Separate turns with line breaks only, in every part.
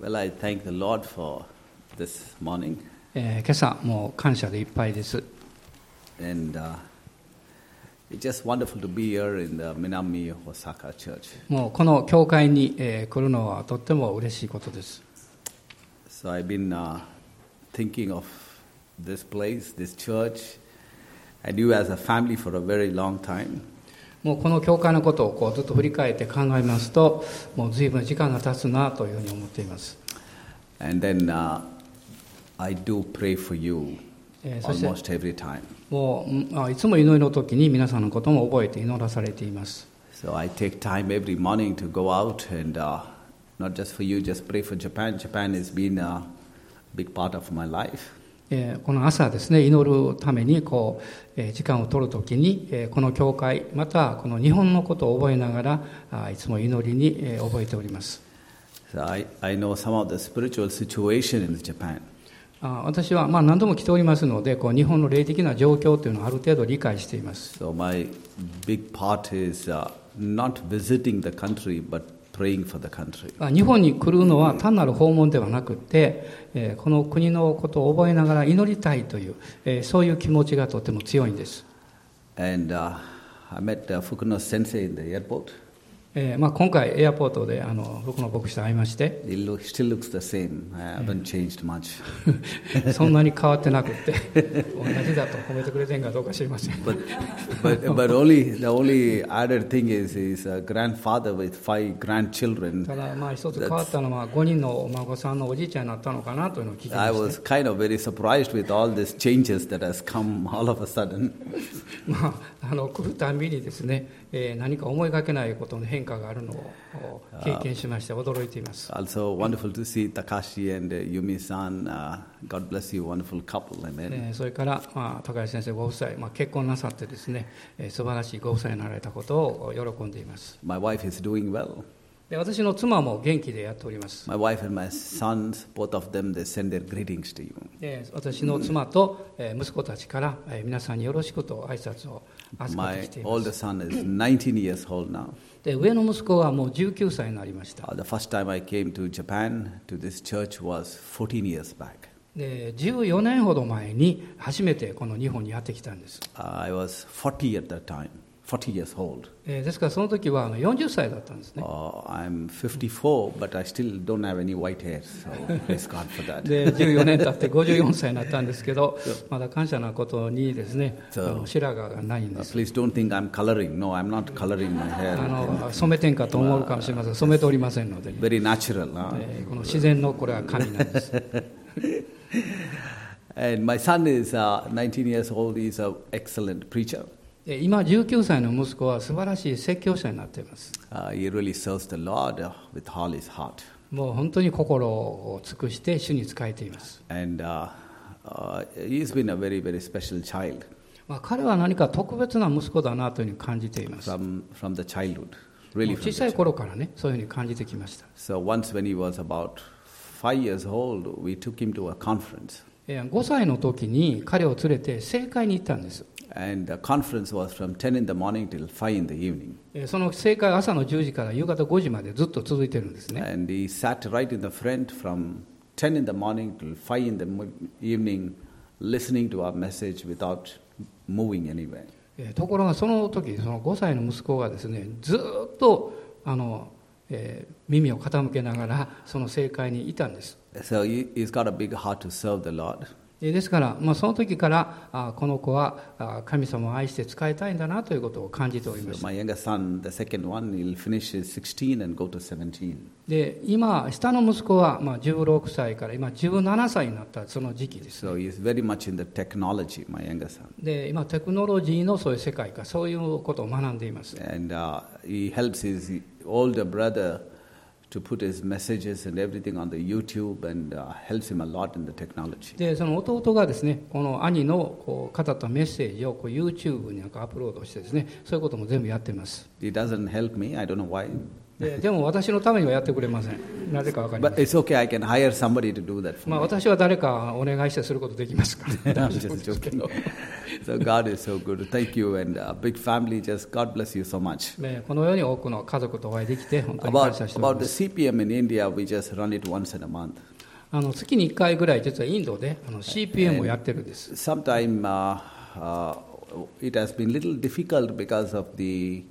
Well, I thank the Lord for this morning,
えー今朝もう感謝でいっぱいです、
and uh, it's just wonderful to be here in the Minami Osaka Church.
もうこの教会に、えー来るのはとっても嬉しいことです、
So I've been uh, thinking of this place, this church, and you as a family for a very long time.
もうこの教会のことをこうずっと振り返って考えますと、もう随分時間が経つなというふうに思っています、
And then uh, I do pray for you
Yes, I said-
almost every time.
もううんあいつも祈りの時に皆さんのことも覚えて祈らされています、
So I take time every morning to go out and uh, not just for you, just pray for Japan. Japan has been a big part of my life.
えーこの朝ですね、祈るためにこう、えー時間を取るときに、えーこの教会、またこの日本のことを覚えながら、あいつも祈りに、えー覚えております。
So I, I know some of the spiritual situation in Japan.
あ私はまあ何度も来ておりますのでこう日本の霊的な状況というのをある程度理解しています
So my big part is uh, not visiting the country, but praying for the country.
あ日本に来るのは単なる訪問ではなくて、えーこの国のことを覚えながら祈りたいという、えーそういう気持ちがとても強いんです、
And uh, I met uh, Fukuno Sensei in the airport.
えーまあ、今回エアポートであの僕の牧師と会いまして
He look, still looks the same. I haven't changed much.
そんなに変わってなくて同じだと褒めてくれてんかどうか知りません
But, but, but only the only added thing is he's a grandfather with five grandchildren.
ただまあ一つ変わったのは5人のお孫さんのおじいちゃんになったのかなというのを聞きました
I was kind of very surprised with all these changes that has come all of a sudden.
まあ、あの来るたんびにですね、えー何か思いがけないことの変化があるのをお経験しまして驚いています、
Also wonderful to see Takashi and uh, Yumi-san. Uh, God bless you, wonderful couple. Amen.
えーそれから、まあ、高橋先生ご夫妻、まあ、結婚なさってですね、えー素晴らしいご夫妻になられたことを喜んでいます
My wife is doing well.
で私の妻も元気でやっております、
My wife and my sons, both of them, they send their greetings to you.
えー私の妻と、えー息子たちから、えー皆さんによろしくと挨拶を預かって
My
きています
older son is 19 years old now.
で上の息子はもう19歳になりました
Uh, the first time I came to Japan to this church was 14 years back.
で14年ほど前に初めてこの日本にやってきたんです
Uh, I was 40 at that time, 40 years old.
えーですからその時はあの40歳だったんですね
Uh, I'm 54, but I still don't have any white hair, so praise God for that.
で14年経って54歳になったんですけどまだ感謝なことにですねあ
そう
の白髪がないん
Uh,
です
please don't think I'm coloring. No, I'm not coloring my
あ
hair.
の染めてんかと思うかもしれませんが染めておりませんので、
Very natural. Huh?
えーこの自然のこれは神なんです
And my son is uh, 19 years old. He's an excellent preacher.
で今19歳の息子は素晴らしい説教者になっています
Uh, he really serves the Lord uh, with all his heart.
もう本当に心を尽くして主に仕えています、
And uh, uh, he's been a very, very special child
まあ、彼は何か特別な息子だなというふうに感じていますも
from, from the childhood,
う
really. From
小
the
さい頃からねそういうふうに感じてきました、
So once when he was about five years old, we took him to a conference.
えー5歳の時に彼を連れて政界に行ったんです、
And the conference was from 10 in the morning till 5 in the evening.
えーその正解は朝の10時から夕方5時までずっと続いてるんですね、
And he sat right in the front from 10 in the morning till 5 in the mo- evening, listening to our message without moving anywhere.
えーところがその時その5歳の息子がですねずーっとあの、えー耳を傾けながらその正解にいたんです、
So he, he's got a big heart to serve the Lord.
えーですから、まあ、その時からあーこの子はあー神様を愛して使いたいんだなということを感じておりま
So
した
my younger son, the second one, he'll finish his 16 and go to 17.
で今下の息子は、まあ、16歳から今17歳になったその時期ですね
So he's very much in the technology, my younger son.
で今テクノロジーのそういう世界かそういうことを学んでいます
And uh, he helps his older brother to put his messages and everything on the YouTube and uh, helps him a lot in the technology.
でその弟がですねこの兄のこう語ったメッセージをこう YouTube になんかアップロードしてですねそういうことも全部やってます、
He doesn't help me, I don't know why.
ででも私のためにはやってくれませんなぜかわかりま
But
せん
it's okay, I can hire somebody to do that for
ま あ
me.
私は誰かお願いしてすることできますから
I'm just joking. so God is so good. Thank you and uh, big family. Just God bless you so much.
ねこのように多くの家族とお会いできて本当に感
About
謝しており
about
ま
the
す
CPM in India, we just run it once in a month.
あの月に1回ぐらい実はインドであの CPM をやってるんです
Sometime uh, uh, it has been little difficult because of the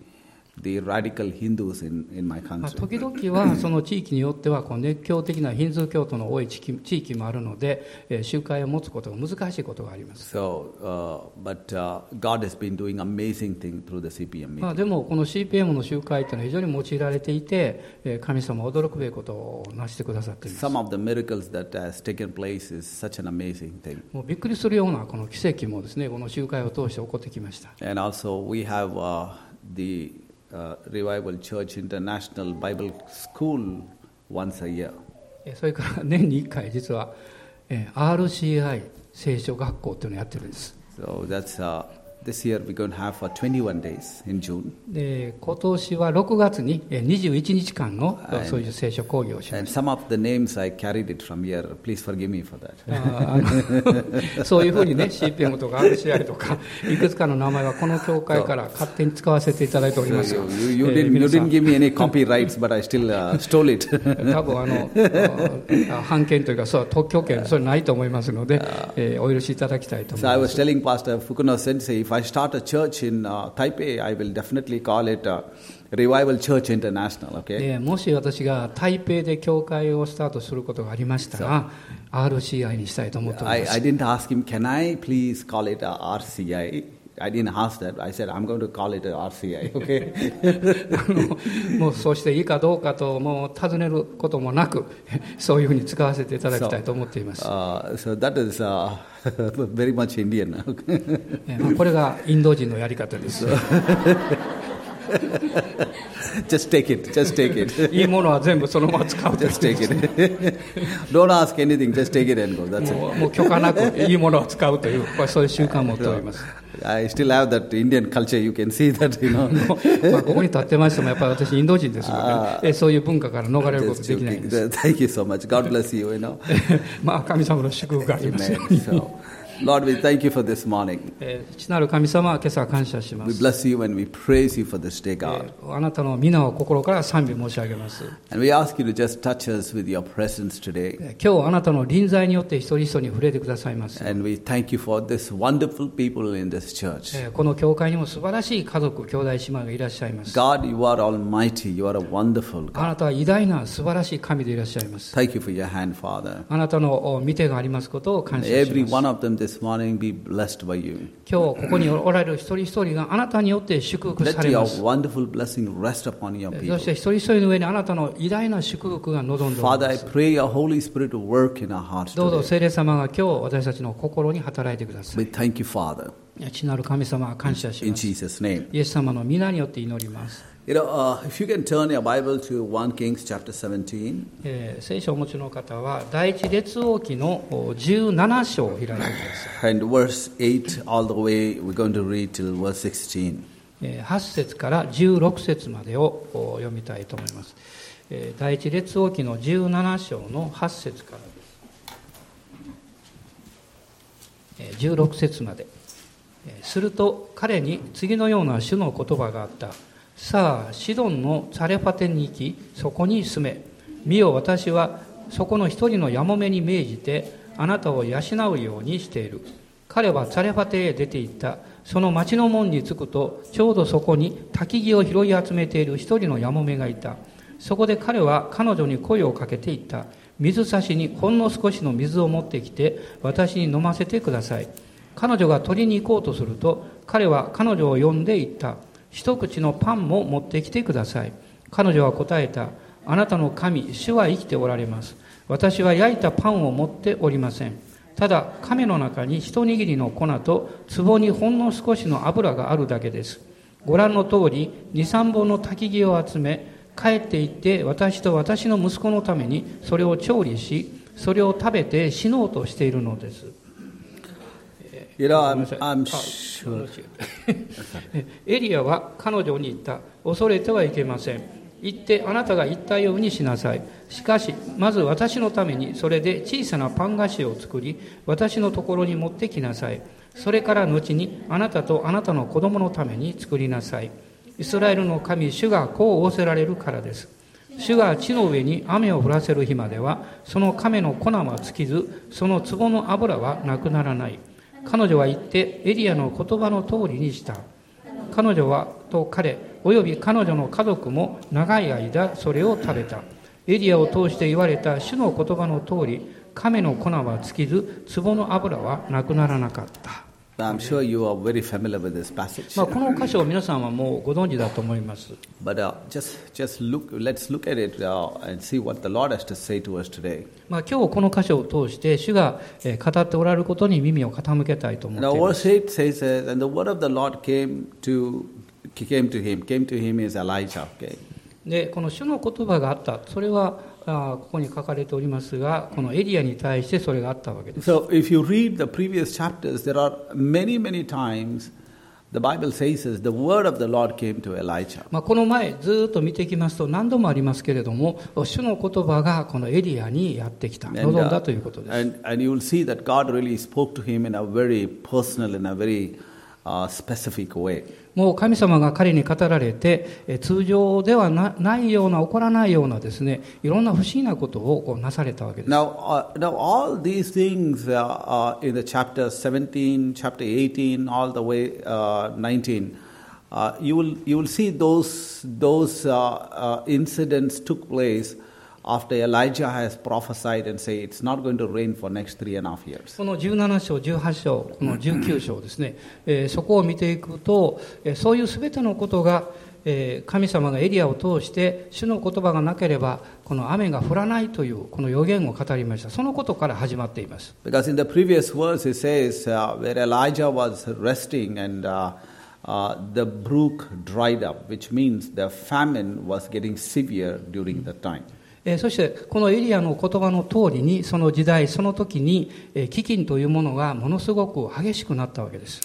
the radical Hindus in, in my
まあ、
country.
時々は その地域によってはこう熱狂的なヒンズー教徒の多い地域地域もあるので、えー集会を持つことが難しいことがあります、
So, uh, but uh, God has been doing amazing thing through the CPM
ま
meeting.
あ、でもこの CPM の集会というのは非常に用いられていて、えー神様は驚くべきことをなしてくださっています
Some of the miracles that has taken place is such an amazing thing.
もうびっくりするようなこの奇跡もですねこの集会を通して起こってきました
And also, we have uh, the uh, Revival Church International Bible School once a year.
えーそれから 年に1回実は、えー RCI 聖書学校というのをやってるんです
So that's uh, this year we're going to have for 21 days in June.
で今年は6月にえー21日間の
はい
そういう聖書講義をしました
And some of the names I carried it from here. Please forgive me for that.
あーあの そういうふうにね CPM とか RCI とかいくつかの名前はこの教会から勝手に使わせていただいております
So
が
you, you,
えー
didn't, you
皆さ
didn't
ん
give me any copyrights, but I still uh, stole it.
多分あのあー判権というかそう特許権それないと思いますので、えーお許しいただきたいと思
so
い
I
ま
was
す
telling Pastor Fukuno Sensei, if I start a church in uh, Taipei, I will definitely call it uh, Revival Church International. Okay.
でもし私が台北で教会をスタートすることがありましたら RCI にしたいと思っておりま
I,
す
I didn't ask him, can I please call it a RCI? I didn't ask that. I said, I'm going to call it uh, a RCI, okay?
あのもうそうしていいかどうかともう尋ねることもなくそういうふうに使わせていただきたいと思っています
uh, so that is uh, very much Indian. okay?
えーまあこれがインド人のやり方 です。
just take it, just take it.
いいものは全部そのまま使うという
Just take it. Don't ask anything, just take it and go. That's
も
it.
うもう許可なくいいものを使うと いう、まあそういう習慣を持っております。
I still have that Indian culture, you can see that, you know.
まあここに立ってましても、やっぱり私、インド人ですので、えーそういう文化から逃れること
Just
できないん
joking.
です。
Thank you so much. God bless you, you know.
まあ神様の祝福がありますよう
Amen.
に。
So, Lord, we thank you for this morning.
えー父なる神様は今朝は感謝しま
We
す。
bless you and we praise you for this day,
え
God.
ーあなたの皆を心から賛美申し上げます。
And we ask you to just touch us with your presence today.
えー今日あなたの臨在によって一人一人に触れてくださいます。
And we thank you for this wonderful people in this church.
えーこの教会にも素晴らしい家族、兄弟姉妹がいらっしゃいます。
God, you are almighty. You are a wonderful God.
あなたは偉大な素晴らしい神でいらっしゃいます。
Thank you for your hand, Father.
あなたのお見てがありますことを感
May
謝し
every
ます。
one of them this morning be blessed by you.
今日ここにおられる一人一人があなたによって祝福さ
Let
れま
your
す。
wonderful blessing rest upon your
そ
people.
して一人一人の上にあなたの偉大な祝福が望んでおり
Father,
ま
I
す。
pray your Holy Spirit to work in our hearts
どうぞ
today.
聖霊様が今日私たちの心に働いてくださ
We thank you, Father,
い。父なる神様は感謝し
in
ます。
Jesus' name.
イエス様の皆によって祈ります。
You know, uh, if you can turn your Bible to 1 Kings chapter 17.
えー聖書をお持ちの方は第一列王記のお17章を開いてください。
And verse 8 all the way, we're going to read till verse 16.
8節から16節までをお読みたいと思います。えー第一列王記の17章の8節からです。えー16節まで。えーすると彼に次のような主の言葉があった。さあ、シドンのサレファテに行き、そこに住め。見よ私はそこの一人のやもめに命じて、あなたを養うようにしている。彼はサレファテへ出て行った。その町の門に着くと、ちょうどそこに焚き木を拾い集めている一人のやもめがいた。そこで彼は彼女に声をかけていった。水差しにほんの少しの水を持ってきて、私に飲ませてください。彼女が取りに行こうとすると彼は彼女を呼んで言った一口のパンも持ってきてください彼女は答えたあなたの神主は生きておられます私は焼いたパンを持っておりませんただ亀の中に一握りの粉と壺にほんの少しの油があるだけですご覧の通り23本の焚き木を集め帰って行って私と私の息子のためにそれを調理しそれを食べて死のうとしているのです
You know, I'm,
ごめんなさい。
I'm
あ
sure.
エリアは彼女に言った恐れてはいけません行ってあなたが言ったようにしなさい。しかし、まず私のためにそれで小さなパン菓子を作り、私のところに持ってきなさい。それから後にあなたとあなたの子供のために作りなさい。イスラエルの神、主がこう仰せられるからです。主が地の上に雨を降らせる日までは、その亀の粉は尽きず、その壺の油はなくならない。彼女は言って、エリアの言葉の通りにした。彼女はと彼、および彼女の家族も長い間それを食べた。エリアを通して言われた主の言葉の通り、亀の粉は尽きず、壺の油はなくならなかった。
I'm sure you are very familiar with this passage.
まあこの箇所を皆さんはもうご存知だと思います。
But、uh, just, just look, let's look at it、uh, and see what the Lord has to say to us today.
まあ今日この箇所を通して主が、えー、語っておられることに耳を傾けたいと思
Now,
っています。
verse 8 says, uh, And the word of the Lord came to, came to him. Came to him is Elijah. Okay?
でこの主の言葉があったそれはあーここに書かれておりますがこのエリアに対してそれがあったわけです
So, if you read the previous chapters, there are many, many times the Bible says is the word of the Lord came to Elijah.
まあ、この前ずっと見ていきますと何度もありますけれども主の言葉がこのエリアにやってきた
And,
望ん
uh,
だということです
and, and you will see that God really spoke to him in a very personal, in a very uh, specific way.
もう神様が彼に語られてえー通常ではなないような起こらないようなですねいろんな不思議なことをこうなされたわけです
Now, uh, now all these things uh, uh, in the chapter 17, chapter 18, all the way uh, 19, uh, you will you will see those those uh, uh, incidents took place after Elijah has prophesied and say it's not going to rain for next three and a half years.
この17章、18章、この19章ですね、えーそこを見ていくと、えーそういうすべてのことが、えー神様がエリアを通して、主の言葉がなければ、この雨が降らないという、この予言を語りました、そのことから始まっています。
Because in the previous verse it says uh, where Elijah was resting and uh, uh, the brook dried up, which means the famine was getting severe during that time.
えーそして、このエリアの言葉の通りに、その時代、その時に、えー飢饉というものがものすごく激しくなったわけです。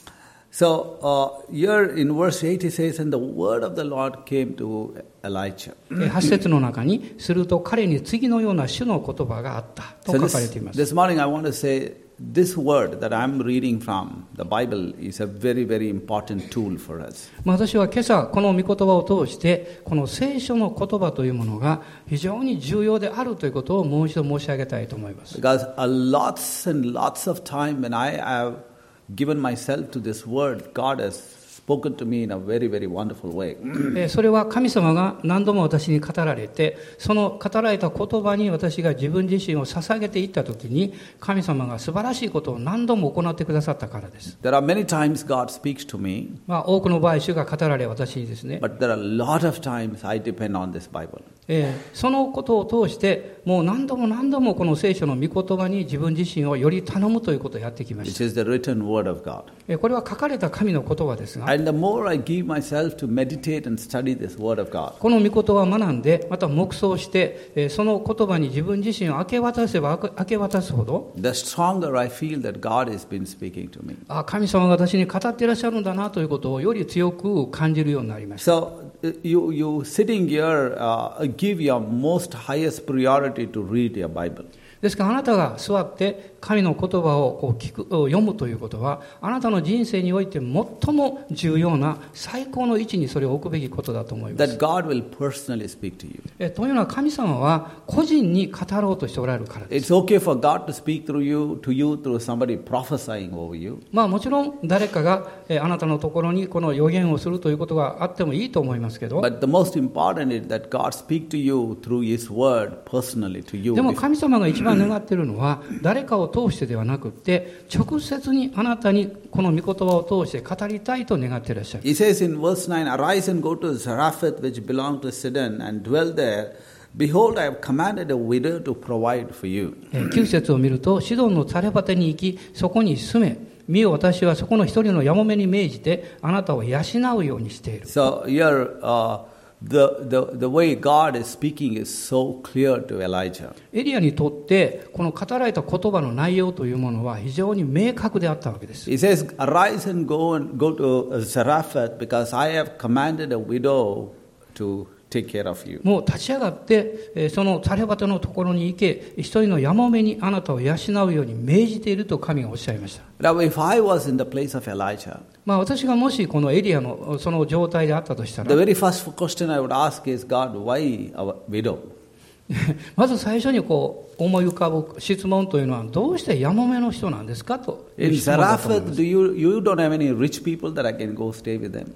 So uh, here in verse 8 it says, And the word of the Lord came to Elijah.
えー八節の中に、すると彼に次のような主の言葉があったと
So
書
this,
かれています。
this morning I want to say this word that I'm reading from the Bible is a very, very important tool for us.
まあ私は今朝この御言葉を通してこの聖書の言葉というものが非常に重要であるということをもう一度申し上げたいと思います
Because a lots and lots of time when I have given myself to this word, God has spoken to me in a very, very wonderful way.
えーそれは神様が何度も私に語られてその語られた言葉に私が自分自身を捧げていった時に神様が素晴らしいことを何度も行ってくださったからです、
There are many times God speaks to me,
まあ、多くの場合主が語られ私にですね、
but there are a lot of times I depend on this Bible.
えーそのことを通してもう何度も何度もこの聖書の御言葉に自分自身をより頼むということをやってきました
which is the written word of God.
えーこれは書かれた神の言葉ですが、
And the more I give myself to meditate and study this word of God,
この御言葉を学んで、また黙想して、えーその言葉に自分自身を明け渡せば明け明け渡すほど、
the stronger I feel that God has been speaking to me.
あ神様が私に語っていらっしゃるんだなということをより強く感じるようになりました。
So uh, you you sitting here, uh, give your most highest priority to read your Bible.
ですからあなたが座って神の言葉をこう聞く読むということはあなたの人生において最も重要な最高の位置にそれを置くべきことだと思います
That God will personally speak to you.
えというのは神様は個人に語ろうとしておられるからです
It's okay for God to speak through you to you through somebody prophesying over you.
まあもちろん誰かがえーあなたのところにこの予言をするということがあってもいいと思いますけど、
But the most important is that God speak to you through His Word personally to you.
でも
before-
神様が一番願っているのは誰かを通してではなくって直接にあなたにこの御言葉を通して語りたいと願っていらっしゃる。
He says in verse 9, Arise and go to Zarephath, which belongs to Sidon, and dwell there. Behold, I have commanded a widow to provide for you.
えー九節を見るとシドンのザレバテに行きそこに住め見よ私はそこの一人のやもめに命じてあなたを養うようにしている。
So here, uh, the, the, the way God is speaking is so clear to Elijah.
エリアにとってこの語られた言葉の内容というものは非常に明確であったわけです。
He says, Arise and go and go to Zarephath, because I have commanded a widow to, take care of you.
もう立ち上がって、えーそのサレバテのところに行け、一人のヤモメにあなたを養うように命じていると神がおっしゃいました。
Now, if I was in the place of Elijah,
まあ私がもしこのエリアのその状態であったとしたら
the、very first question I would ask is, God, why our widow?
まず最初にこう思い浮かぶ質問というのは、どうしてヤモメの人なんですかとい
In
う質問だと思いま
Zarephath,
す
do you, you don't have any rich people that I can go stay with them.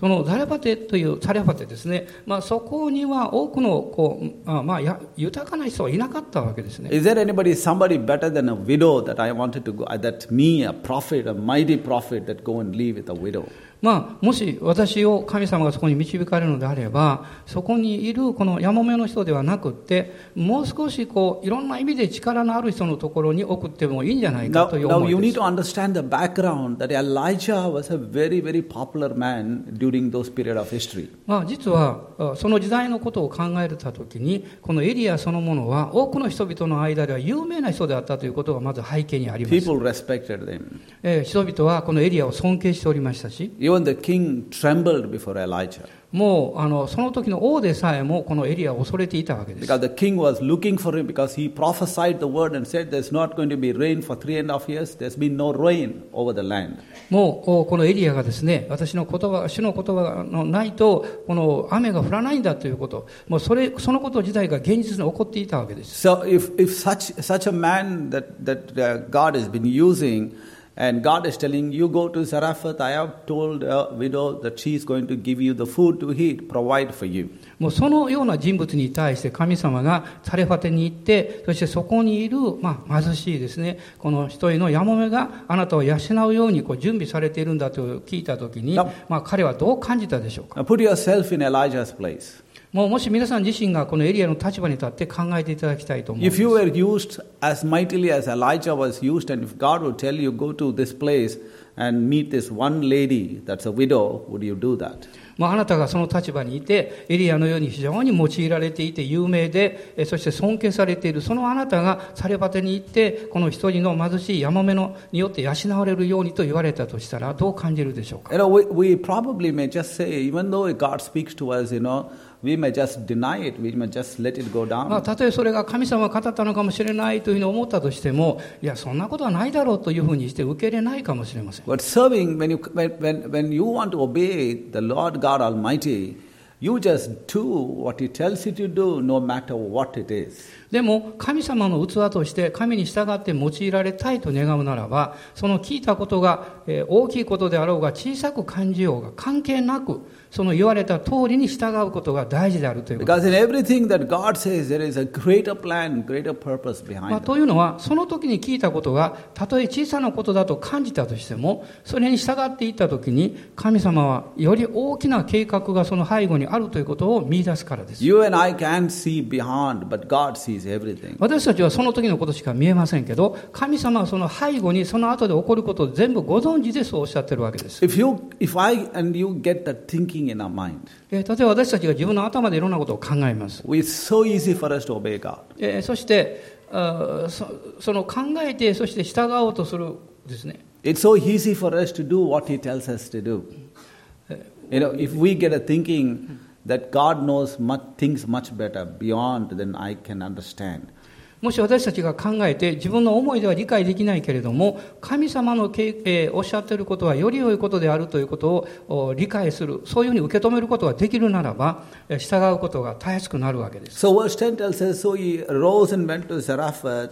そのザレパテというザレパテですね、まあ、そこには多くのこう、あまあ、や豊かな人はいなかったわけですね。
Is there anybody, somebody better than a widow that I wanted to go, uh, that me, a prophet, a mighty prophet, that go and live with a widow?
まあ、もし私を神様がそこに導かれるのであればそこにいるこのヤモメの人ではなくってもう少しこういろんな意味で力のある人のところに送ってもいいんじゃない
Now,
かという
now
思
you
いで
need
す
to understand the background that Elijah was a very, very popular man during those period of history.
まあ、実はあその時代のことを考えた時にこのエリアそのものは多くの人々の間では有名な人であったということがまず背景にあります、
People respected him.
えー人々はこのエリアを尊敬しておりましたし
Even the king trembled before Elijah
もうあのその時の王でさえもこのエリアを恐れていたわけです
because the king was looking for him because he prophesied the word and said, There's not going to be rain for three and a half years, there's been no rain over the land.
もうおこのエリアがですね私の言葉主の言葉のないとこの雨が降らないんだということもうそれそのこと自体が現実に起こっていたわけです
So if, if such, such a man that, that uh, God has been using, and God is telling you go to Zarephath, I have told a widow that she is going to give you the food to eat, provide for you.
もうそのような人物に対して神様がサレファテに行ってそしてそこにいる、まあ、貧しいですねこの一人のヤモメがあなたを養うようにこう準備されているんだと聞いた時に、
な
まあ、彼はどう感じたでしょうか
Now put yourself in Elijah's place.
もうもし皆さん自身がこのエリアの立場に立って考えていただきたいと思いま
If
す
you were used as mightily as Elijah was used, and if God would tell you go to this place and meet this one lady that's a widow, would you do that?
まあ、あなたがその立場にいてエリアのように非常に用いられていて有名でえそして尊敬されているそのあなたがサレバテに行ってこの一人の貧しいヤマメのによって養われるようにと言われたとしたらどう感じるでしょうか
You know, we, we probably may just say, even though God speaks to us, you know, we may just deny it, we may just let it go down.
まあ、たとえそれが神様が語ったのかもしれないというふうに思ったとしてもいやそんなことはないだろうというふうにして受け入れないかもしれません
But serving, when you, when, when, when you want to obey the Lord God Almighty, you just do what He tells you to do, no matter what it is.
でも神様の器として神に従って用いられたいと願うならばその聞いたことがえー大きいことであろうが小さく感じようが関係なくその言われた通りに従うことが大事であるということ。
Because in everything that God says, there is a greater plan, greater purpose
まあ、
behind it.
というのはその時に聞いたことがたとえ小さなことだと感じたとしてもそれに従っていった時に神様はより大きな計画がその背後にあるということを見出すからです
You and I can see beyond, but God sees everything.
私たちはその時のことしか見えませんけど神様はその背後にその後で起こることを全部ご存知でそうおっしゃってるわけです、
If you, if I and you get that thinking in our mind,
えー例えば私たちが自分の頭でいろんなことを考えます、
it's so easy for us to obey God.
えーそしてあーそその考えてそして従おうとするですね
It's so easy for us to do what He tells us to do. You know, if we get a thinking that God knows much, things much better beyond than I can understand,
もし私たちが考えて自分の思いでは理解できないけれども神様のけい、えーおっしゃっていることはより良いことであるということをお理解するそういうふうに受け止めることができるならばえー従うことがたやすくなるわけです
So verse 10 tells us, So he arose and went to Zarephath.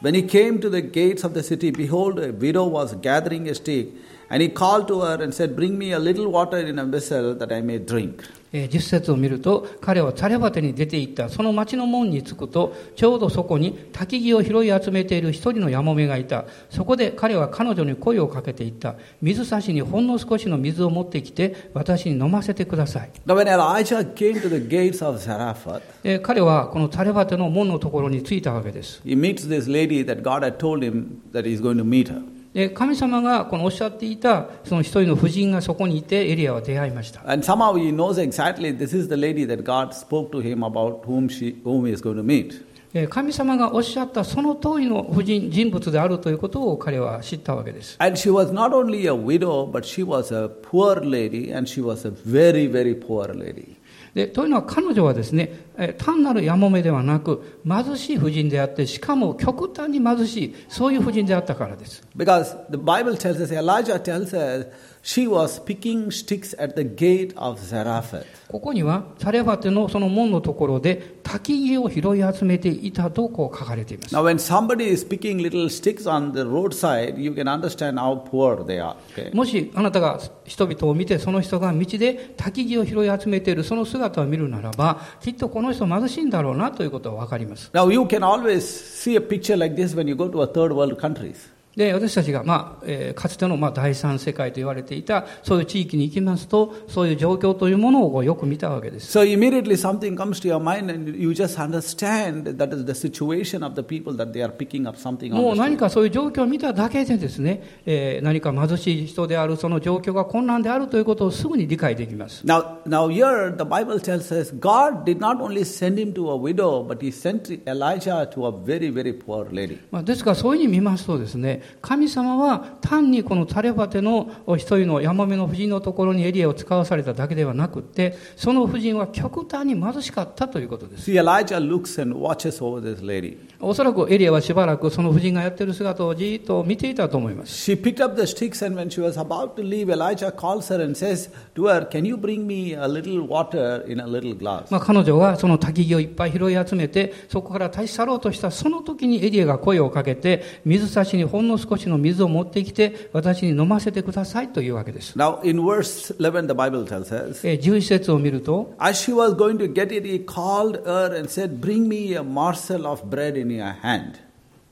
When he came to the gates of the city, behold, a widow was gathering a stick. And he called to her and said, Bring me a little water in a vessel that I may drink.
えー10節を見ると彼はザレバテに出て行ったその町の門に着くとちょうどそこに焚き木を拾い集めている一人のヤモメがいたそこで彼は彼女に声をかけていった水差しにほんの少しの水を持ってきて私に飲ませてください、
Now, when Elijah came to the gates of Zarephath,
えー彼はこのザレバテの門のところに着いたわけです
he meets this lady that God had told him that he's going to meet her.
で神様がこのおっしゃっていたその一人の婦人がそこにいてエリアは出会いました
And somehow he knows exactly this is the lady that God spoke to him about whom, she, whom he is going to meet.
えー神様がおっしゃったその通りの婦人人物であるということを彼は知ったわけです
And she was not only a widow, but she was a poor lady, and she was a very, very poor lady.
でというのは彼女はですねえー単なるやもめではなく貧しい婦人であってしかも極端に貧しいそういう婦人であったからです
Because the Bible tells us, Elijah tells us, she was picking sticks at the gate of Zarephath.
ここにはサレファテのその門のところで滝木を拾い集めていたとこう書かれています
Now, when somebody is picking little sticks on the roadside, you can understand how poor they are. okay?
もしあなたが人々を見てその人が道で滝木を拾い集めているその姿を見るならばきっとこの人貧しいんだろうなということは分かります
Now, you can always see a picture like this when you go to a third world countries.
で私たちが、まあえーかつての、まあ、第三世界と言われていたそういう地域に行きますとそういう状況というものをこうよく見たわけです
So immediately something comes to your mind and you just understand that is the situation of the people that they are picking up something
もう
on. the street.
何かそういう状況を見ただけでですね、えー何か貧しい人であるその状況が困難であるということをすぐに理解できます
Now, now here the Bible tells us God did not only send him to a widow, but he sent Elijah to a very, very poor lady.
まあ、ですからそういうふうに見ますとですね神様は単にこのタレバテのお一人のヤマメの夫人のところにエリアを使わされただけではなくってその夫人は極端に貧しかったということです
See, Elijah looks and watches over this lady.
おそらくエリアはしばらくその夫人がやってる姿をじーっと見ていたと思います
She picked up the sticks, and when she was about to leave, Elijah calls her and says to her, Can you bring me a little water in a little glass?
まあ、彼女はその焚き木をいっぱい拾い集めてそこから立ち去ろうとしたその時にエリアが声をかけて水差しにほんの少しの水を持ってきて私に飲ませてくださいというわけです、
Now, in verse 11, the Bible tells us,
えー11節を見ると
As she was going to get it, he called her and said, Bring me a morsel of bread in your hand.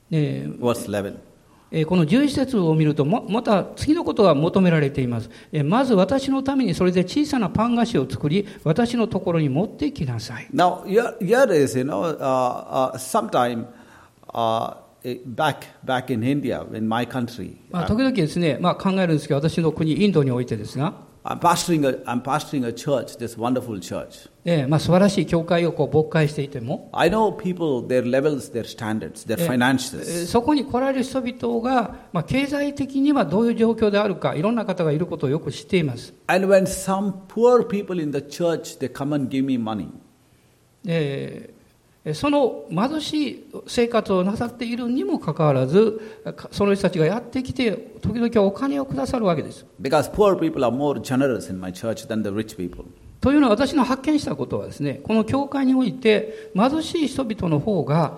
えー
Verse 11.
えーこの11節を見るともまた次のことが求められています、えーまず私のためにそれで小さなパン菓子を作り私のところに持ってきなさい
Now, here, here is, you know, uh, uh, sometime uh, eh, back, back in India, in my country,
まあ、時々ですね、まあ、考えるんですけど私の国インドにおいてですが
I'm pastoring a, I'm pastoring a church, this wonderful church.
えーまあ、素晴らしい教会をこう勃開していても
I know people, their levels, their standards, their
えーえー
finances.
そこに来られる人々が、まあ、経済的にはどういう状況であるかいろんな方がいることをよく知っています、
And when some poor people in the church, they come and give me money.
えーその貧しい生活をなさっているにもかかわらずかその人たちがやってきて時々お金をくださるわけです
Because poor people are more generous in my church than the rich people.
というのは私の発見したことはですねこの教会において貧しい人々の方が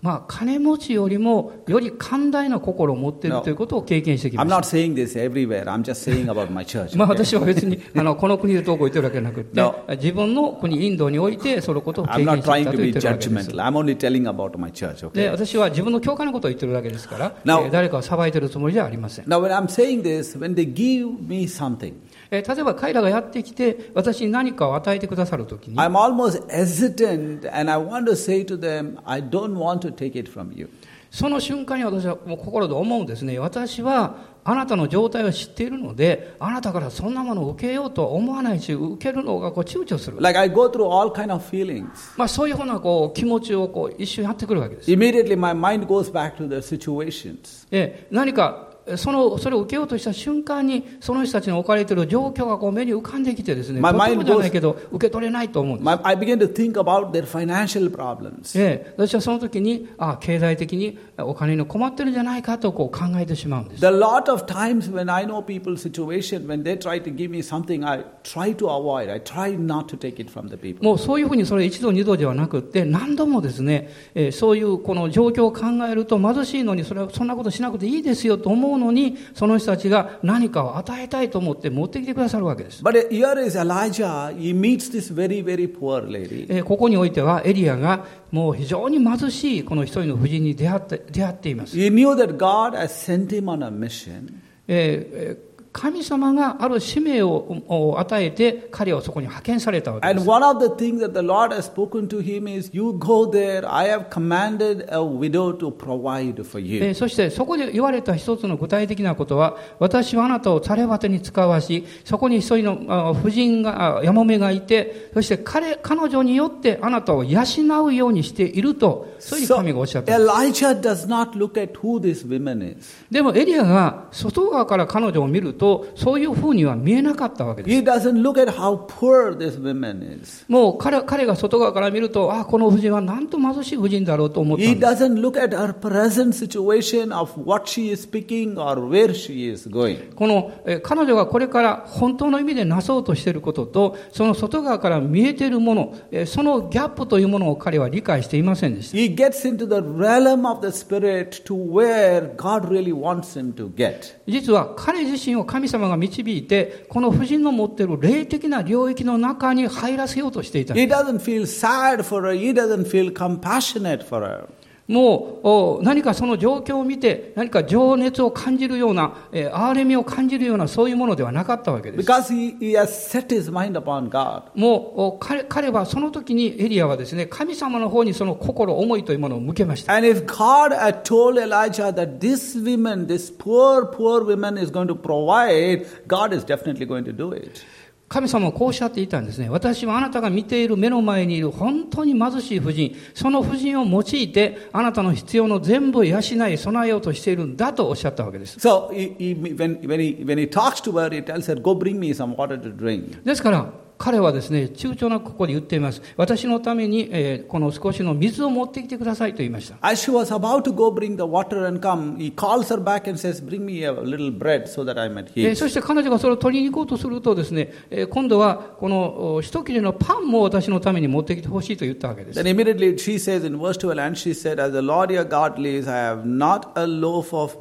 まあ金持ちよりもより寛大な心を持っている
No.
ということを経験してきま
I'm
した
not saying this everywhere. I'm just saying about my church.
まあ
okay?
私は 別にあのこの国でどうこう言ってるわけじゃなくて
No.
自分の国インドにおいてそのことを経
I'm
験
not
してき
trying
たと
to
言
be
ってるわけです
judgmental. I'm only telling about my church.
で
Okay.
私は自分の教会のことを言ってるだけですから
No.
えー誰かを裁いてるつもりではありません
Now, when I'm saying this, when they give me something,
えー例えば彼らがやってきて私に何かを与えてくださるときに
I'm almost hesitant, and I want to say to them, "I don't want to take it from you."
その瞬間に私はもう心で思うんですね私はあなたの状態を知っているのであなたからそんなものを受けようとは思わないし受けるのがこう躊躇する、
Like I go through all kind of feelings.
まあ、そういうふうなこう気持ちをこう一瞬やってくるわけです
Immediately, my mind goes back to the situations.
ええ何かえそのそれを受けようとした瞬間にその人たちの置かれている状況がこう目に浮かんできてですね、
My
と
mind
てもじゃないけど受け取れないと思うんです
My, I begin to think about their financial problems.
ええ私はその時にあ経済的にお金に困ってるんじゃないかとこう考えてしまうんです
The lot of times when I know people's situation, when they try to give me something, I try to avoid. I try not to take it from the people.
もうそういうふうにそれ一度二度ではなくって何度もですね、えーそういうこの状況を考えると貧しいのにそれはそんなことしなくていいですよと思うのにその人たちが何かを与えたいと思って持ってきてくださるわけです、
But here is Elijah. He meets this very, very poor lady.
えーここにおいてはエリアがもう非常に貧しいこの一人の婦人に出会って出会っています、
He knew that God has sent him on a mission.
えーえー神様がある使命をを与えて彼をそこに派遣されたわけで
And
す
one of the things that the Lord has spoken to him is, You go there, I have commanded a widow to provide for
え
you.
ーそしてそこで言われた一つの具体的なことは私はあなたをザレバテに使わしそこに一人のあ婦人があヤモメがいてそして彼彼女によってあなたを養うようにしているとそういうふうに
So
神がおっしゃった
Elijah does not look at who this woman is.
でもエリアが外側から彼女を見るとそういうふうには見えなかったわけです
He doesn't look at how poor this woman is.
もう彼彼が外側から見るとああこの夫人はなんと貧しい夫人だろうと思った
He
んです
doesn't look at her present situation of what she is speaking or where she is going.
このえー彼女がこれから本当の意味でなそうとしていることとその外側から見えているものえーそのギャップというものを彼は理解していませんでした
He gets into the realm of the spirit to where God really wants him to get.
実は彼自身を神様が導いてこの夫人の持っている霊的な領域の中に入らせようとしていた
He doesn't feel sad for her, he doesn't feel compassionate for her.
もうお何かその状況を見て何か情熱を感じるような、えー憐れみを感じるようなそういうものではなかったわけです
Because he, he has set his mind upon God.
もうお彼彼はその時にエリアはですね神様の方にその心思いというものを向けました
And if God had told Elijah that this woman, this poor, poor woman is going to provide, God is definitely going to do it.
神様はこうおっしゃっていたんですね私はあなたが見ている目の前にいる本当に貧しい婦人その婦人を用いてあなたの必要の全部を養い備えようとしているんだとおっしゃったわけです
So he, he, when, when, he, when he talks to her, he tells her, Go bring me some water to drink.
ですから彼はですね躊躇なくここで言っています私のために、えーこの少しの水を持ってきてくださいと言いました
As she was about to go bring the water and come, he calls her back and says, Bring me a little bread so that I might
えー
heat.
そして彼女がそれを取りに行こうとするとですね、えー今度はこのお一切れのパンも私のために持ってきてほしいと言ったわけです
Then immediately she says in verse 12, and she said, As the Lord your God lives, I have not a loaf of,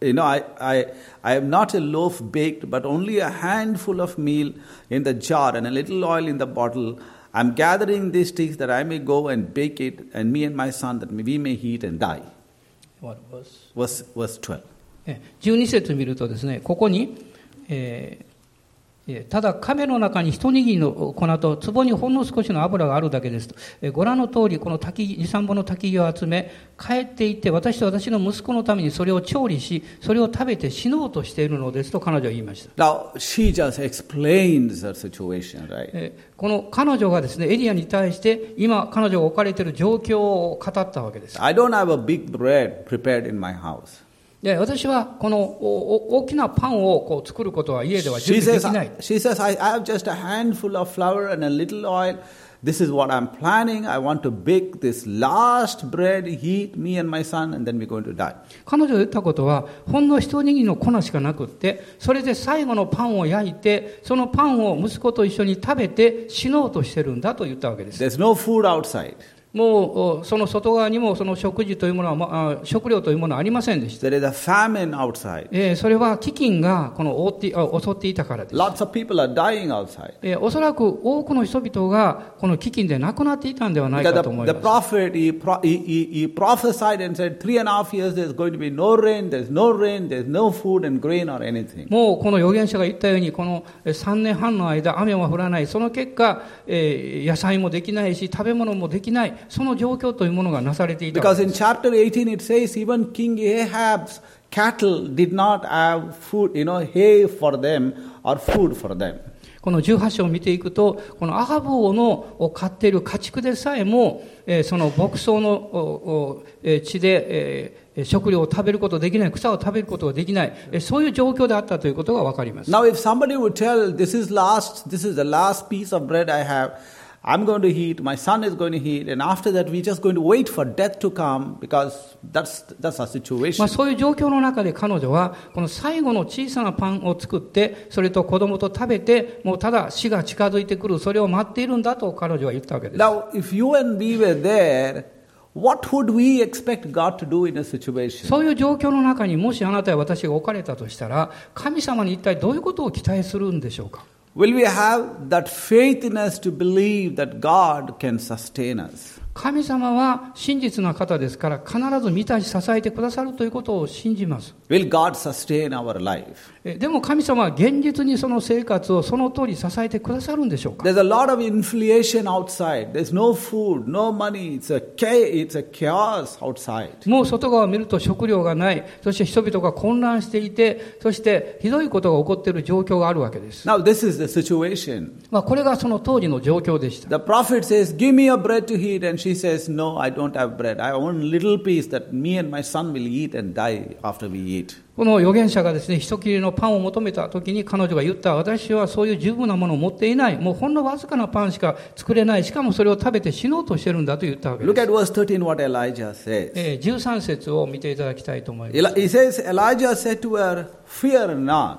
you know, I, I, I have not a loaf baked, but only a handful of meal in the jar and a little oil in the bottle. I'm gathering these sticks that I may go and bake it, and me and my son, that we may eat and die. Verse, verse 12.
えー12節見るとですねここに、えーえーただ亀の中に一握りの粉と壺にほんの少しの油があるだけですと、えーご覧の通りこの滝23本の滝木を集め帰っていって私と私の息子のためにそれを調理しそれを食べて死のうとしているのですと彼女は言いました
Now, she just explains her situation, right?
えーこの彼女がですねエリアに対して今彼女が置かれている状況を語ったわけです
I don't have a big bread prepared in my house.
で私はこのおお大きなパンをこう作ることは家では
She
準備で
says,
きない
she says I, I have just a handful of flour and a little oil. This is what I'm planning. I want to bake this last bread, heat me and my son, and then we're going to die.
彼女が言ったことはほんの一握りの粉しかなくってそれで最後のパンを焼いてそのパンを息子と一緒に食べて死のうとしてるんだと言ったわけです
There's no food outside.
もうおその外側にもその食事というものは、まあ、食料というものはありませんでした、
There is a famine outside.
えーそれは飢饉がこの覆ってあ襲っていたからです
Lots of people are dying outside.
えーおそらく多くの人々がこの飢饉で亡くなっていたんではない
Because
か
the,
と思い
the
ます。
prophet, he, pro- he, he, he prophesied and said, three and a half years there's going to be no rain, there's no rain, there's no food and grain or anything.
もうこの預言者が言ったように、この3年半の間、雨は降らない、その結果、えー野菜もできないし、食べ物もできない、その状況というものがなされていたわ
Because
け
in
です。
chapter 18 it says even King Ahab's cattle did not have food, you know, hay for them or food for them.
この18章を見ていくと、このアハブ王のお飼っている家畜でさえも、えーその牧草のおおえー地で、えー食料を食べることができない、草を食べることができない、えーそういう状況であったということが分かります。
Now if somebody would tell this is last this is the last piece of bread I have, I'm going to eat, my son is going to eat, and after that we're just going to wait for death to come because that's that's our
ま
situation.
あ、そういう状況の中で彼女はこの最後の小さなパンを作ってそれと子供と食べてもうただ死が近づいてくるそれを待っているんだと彼女は言ったわけです。
Now if you and we were there, what would we expect God to do in a situation?
そういう状況の中にもしあなたや私が置かれたとしたら神様に一体どういうことを期待するんでしょうか
Will we have that faith in us to believe that God can sustain us?
神様は真実な方ですから必ず満たし支えてくださるということを信じます。
Will God sustain our life?
えでも神様は現実にその生活をその通り支えてくださるんでしょうか
There's a lot of inflation outside. There's no food, no money. It's a cha- it's a chaos outside.
もう外側を見ると食料がない、そして人々が混乱していて、そしてひどいことが起こっている状況があるわけです。
Now this is the situation.
まあ、これがその当時の状況でした。
The prophet says, "Give me a bread to eat," and she she says, No, I don't have bread. I have one little piece that me and my son will eat and die after we eat.
この預言者がですね、一切れのパンを求めた時に彼女が言った、私はそういう十分なものを持っていない。もうほんのわずかなパンしか作れない。しかもそれを食べて死のうとしてるんだと言ったわけ
Look
で
at
す。
verse 13, what Elijah says.
えー13節を見ていただきたいと思います。
Eli- He says, Elijah said to her, Fear not.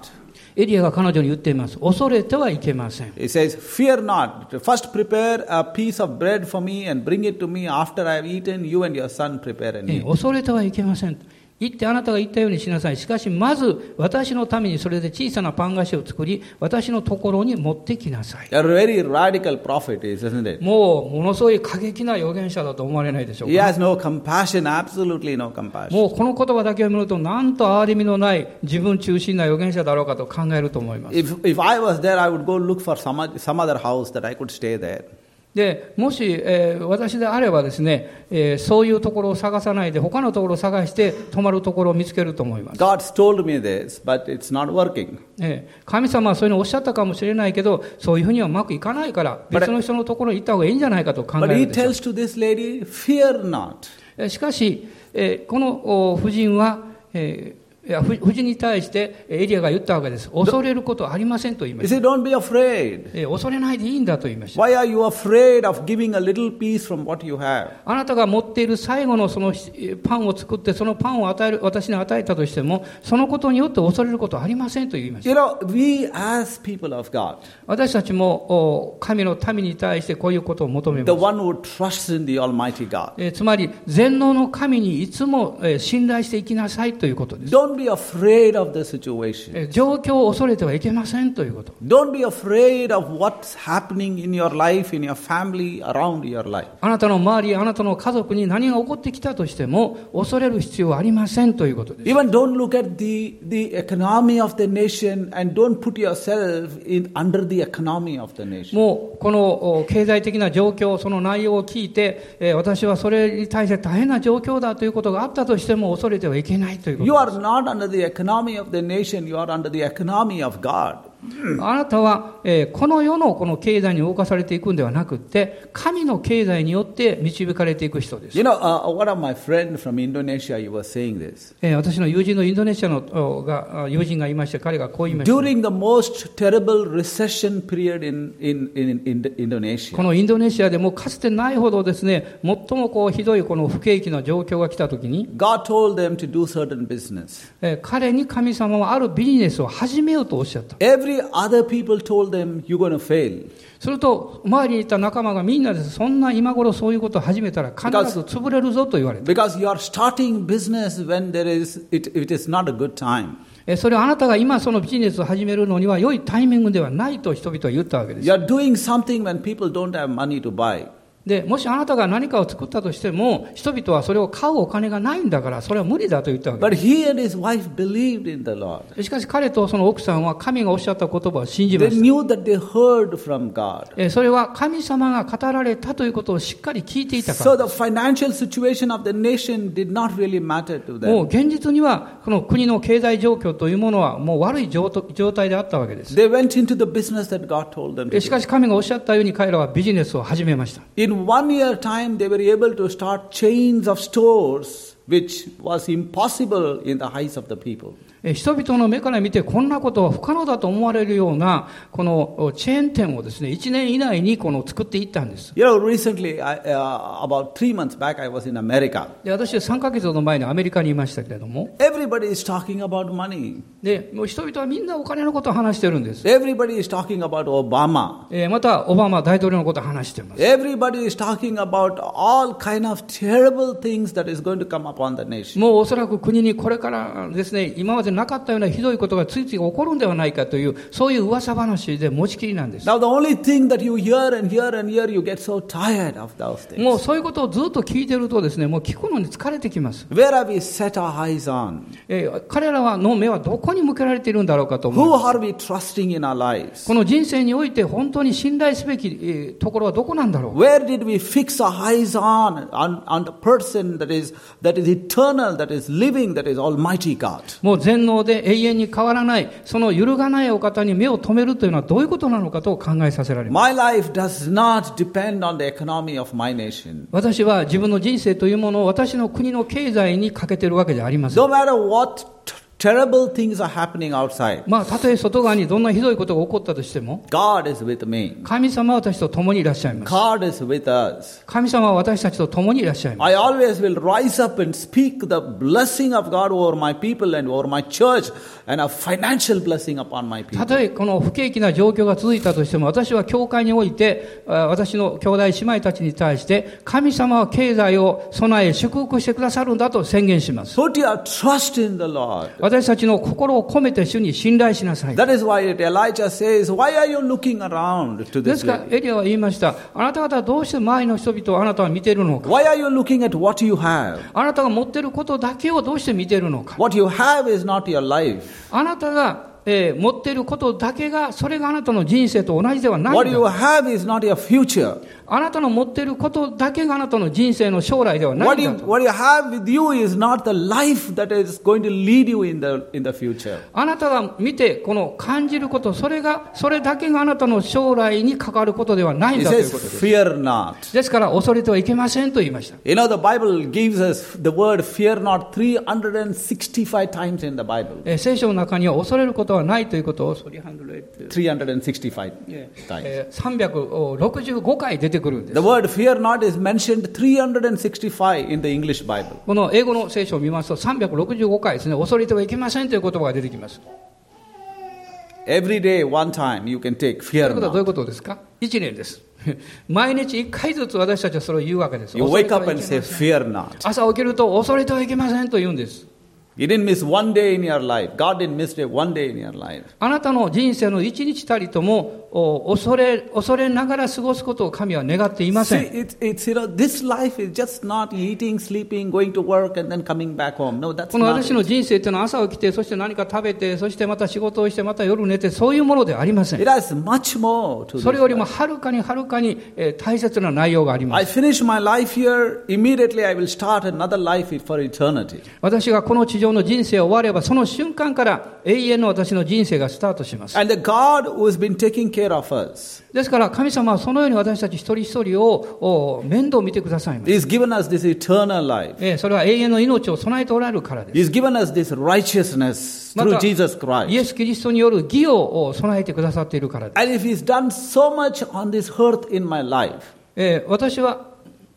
エリアが彼女に言っています。恐れてはいけません。
He says, Fear not. First prepare a piece of bread for me and bring it to me. After I have eaten, you and your son prepare and
えー
eat.
恐れてはいけません。言ってあなたが言ったようにしなさい。しかし、まず私のためにそれで小さなパン菓子を作り、私のところに持ってきなさい。
A very radical prophet is, isn't it?
もうものすごい過激な預言者だと思われないでしょう
He
か。
has no compassion, absolutely no compassion.
もうこの言葉だけを見ると、なんと憐れみのない自分中心な預言者だろうかと考えると思います。
If, if I was there, I would go look for some, oth- some other house that I could stay there.
でもし、えー私であればですね、えーそういうところを探さないで、他のところを探して、泊まるところを見つけると思います。
God's told me this, but it's not working.
ええ神様はそういうのをおっしゃったかもしれないけど、そういうふうにはうまくいかないから、別の人のところに行った方がいいんじゃないかと考
But
え
he
るでしょ
tells to
う
this lady, Fear not.
えしかし、えーこのお夫人は、えーいや夫夫人に対してえエリアが言ったわけです。恐れることはありませんと言いま
He
した。
said, Don't be afraid.
えー恐れないでいいんだと言いました。
Why are you afraid of giving a little piece from what you have?
あなたが持っている最後のそのひパンを作って、そのパンを与える私に与えたとしても、そのことによって恐れることはありませんと言いました。
You know, we as people of God,
私たちもお神の民に対してこういうことを求めます
the。one who trusts in the Almighty God,
えーつまり全能の神にいつもえー信頼していきなさいということです、
don't be afraid of the situation.
えー状況を恐れてはいけませんということ
Don't be afraid of what's happening in your life, in your family, around your life.
あなたの周りあなたの家族に何が起こってきたとしても恐れる必要はありませんということです
Even don't look at the, the economy of the nation and don't put yourself in under the economy of the nation.
もうこのお経済的な状況その内容を聞いてえー私はそれに対して大変な状況だということがあったとしても恐れてはいけないというこ
You
とで
are not under the economy of the nation, you are under the economy of God.
すあなたはえーこの世のこの経済に動かされていくんではなくって神の経済によって導かれていく人です
You know, uh, one of my friend from Indonesia, he was saying this.
えー私の友人のインドネシアのおがあ友人がいまして彼がこう言いました
During the most terrible recession period in, in, in, in Indonesia,
このインドネシアでもかつてないほどですね最もこうひどいこの不景気の状況が来た時に、
God told them to do certain business.
えー彼に神様はあるビジネスを始めようとおっしゃった
Every other people told them, you're going to fail.
すると周りにいた仲間がみんなですそんな今頃そういうことを始めたら必ず潰れるぞと言われた
Because you are starting business when there is, it, it is not a good time.
えーそれはあなたが今そのビジネスを始めるのには良いタイミングではないと人々は言ったわけです
You are doing something when people don't have money to buy.
でもしあなたが何かを作ったとしても人々はそれを買うお金がないんだからそれは無理だと言ったわけです
But he and his wife believed in the Lord.
しかし彼とその奥さんは神がおっしゃった言葉を信じ
They
ました。
knew that they heard from God.
えーそれは神様が語られたということをしっかり聞いていたか
So
ら。
the financial situation of the nation did not really matter to
も
them.
う現実にはこの国の経済状況というものはもう悪い状と状態であったわけです。
They went into the business that God told them
えー
to
し
do.
かし神がおっしゃったように彼らはビジネスを始めました。
In one year time, they were able to start chains of stores, which was impossible in the eyes of the people.
えー人々の目から見てこんなことは不可能だと思われるようなこのおチェーン店をですね1年以内にこの作っていったんです。
You know, recently, I, uh, about three months back, I was in America.
で私は3ヶ月ほど前にアメリカにいましたけれども
Everybody is talking about money.
でもう人々はみんなお金のことを話してるんです。
Everybody is talking about Obama.
えーまたオバマ大統領のことを話しています。
Everybody is talking about all kind of terrible things that is going to come upon the nation.
もうおそらく国にこれからですね、今までなかったようなひどいことがついつい起こるんではないかという、そういう噂話で持ちきりなんです。
Now, the only thing that you hear and hear and hear, you get so tired of those things.
もうそういうことをずっと聞いてるとですね、もう聞くのに疲れてきます。
Where have we set our eyes on?
えー彼らはの目はどこに向けられているんだろうかと思い
Who
ます
are we trusting in our lives?
この人生において本当に信頼すべき、えーところはどこなんだろう
Where did we fix our eyes on? On, on the person that is, that is eternal, that is living, that is Almighty God.
もう全能で永遠に変わらない、その揺るがないお方に目を留めるというのはどういうことなのかと考えさせられます。
My life does not depend on the economy of my nation.
私は自分の人生というものを私の国の経済にかけているわけではありません。
No matter what t- terrible things are happening outside,
まあ、たとえ外側にどんなひどいことが起こったとしても、
God is with me.
神様は私と共にいらっしゃいます。
God is with us.
神様は私たちと共にいらっしゃいます。
I always will rise up and speak the blessing of God over my people and over my church and a financial blessing upon my
た
people.
とえこの不景気な状況が続いたとしても、私は教会において、あ私の兄弟姉妹たちに対して、神様は経済を備え、祝福してくださるんだと宣言します。
Put your trust in the Lord.
私たちの心を込めて主に信頼しなさい。
That is why it, Elijah says, Why are you looking around to
で
this
すから
way?、
エリアは言いました。あなた方はどうして周りの人々をあなたは見ているのか。
Why are you looking at what you have?
あなたが持っていることだけをどうして見ているのか。
What you have is not your life.
あなたが、えー持っていることだけが、それがあなたの人生と同じではない
What
ん
you
だ。
have is not your future.
あなたの持っていることだけがあなたの人生の将来ではない
What
ん
you,
だと。
what you have with you is not the life that is going to lead you in the, in the future.
あなたが見て、この感じること、それが、それだけがあなたの将来に関わることではないん
He
だということで
says,
す。
Fear not.
ですから、恐れてはいけませんと言いました。
You know, the Bible gives us the word fear not 365 times in the Bible.
えー聖書の中には恐れることはないということを、
365
300
times.
えー365回出てくるんで
The。
す
word fear not is mentioned 365 in the English Bible.
この英語の聖書を見ますと365回ですね、恐れてはいけませんという言葉が出てきます。
Every day, one time, you can take
とい
fear
うことはど
not.
ういうことですか ?1 年です。 毎日1回ずつ私たちはそれを言うわけです。
You
恐れ
wake
ては
up
いけま
and
せ
say,
ん
Fear not.
朝起きると恐れてはいけませんと言うんです。
You didn't miss one day in your life. God didn't miss a one day in your life.
あなたの人生の一日たりともお恐れ恐れながら過ごすことを神は願っていま
See,
せん。
it's, it's, you know, this life is just not eating, sleeping, going to work, and then coming back home. No, that's
この
not.
私
It.
の人生というのは朝起きて、そして何か食べて、そしてまた仕事をして、また夜寝て、そういうものではありません
It。has much more to
それより
this.
もはるかにはるかにえー大切な内容があります
I。finish my life here, immediately I will start another life for eternity.
私がこの地上の人生を終われば、その瞬間から永遠の私の人生がスタートします。
And the God who has been taking care of us
ですから神様はそのように私たち一人一人をお面倒を見てくださいます。
He's given us this eternal life.
えーそれは永遠の命を備えておられるからです。
He's given us this righteousness through
また
Jesus Christ.
イエス・キリストによる義をお備えてくださっているからです。
And if He's done so much on this earth in my life,
えー私は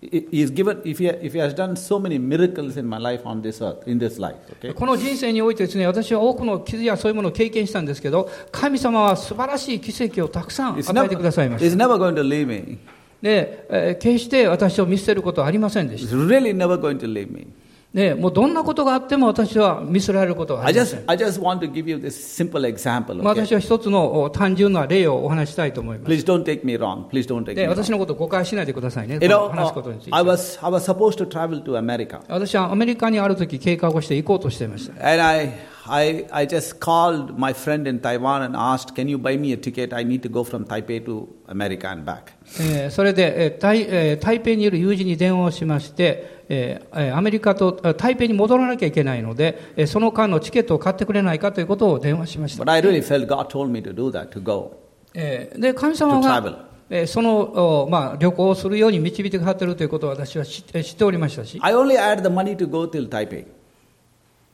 i- He's given. If He if He has done so many miracles in my life on this earth, in this life, okay.
この人生においてですね、私は多くの傷やそういうものを経験したんですけど、神様は素晴らしい奇跡をたくさん
It's
与えてく
never,
ださいました。
it's never going to leave me.
で、えー決して私を見捨てることはありませんでした。
It's really never going to leave me.
ね、もうどんなことがあっても私は見捨てられることはあ
I
りませ
just
ん。
I just want to give you this simple example.
まあ
Okay?
私は一つのお単純な例をお話ししたいと思います。
Please don't take me wrong. Please don't take me
で、
wrong.
私のことを誤解しないでください
You
ね。こ
know, uh,
の話すことについ
I
て。
was I was supposed to travel to America,
私はアメリカにある時計画をして行こうとしていました。
and I I I just called my friend in Taiwan and asked, "Can you buy me a ticket? I need to go from Taipei to America and back."
えーそれで、えー台えー台北にいる友人に電話をしまして、えーえーアメリカとあ台北に戻らなきゃいけないので、えーその間のチケットを買ってくれないかということを電話しました。
But I really felt God told me to do that, to go.
えーで、神
To
様が
travel.、
えーその、おまあ、旅行をするように導いてくださっているということを私は知って知っておりましたし、
I only had the money to go till Taipei.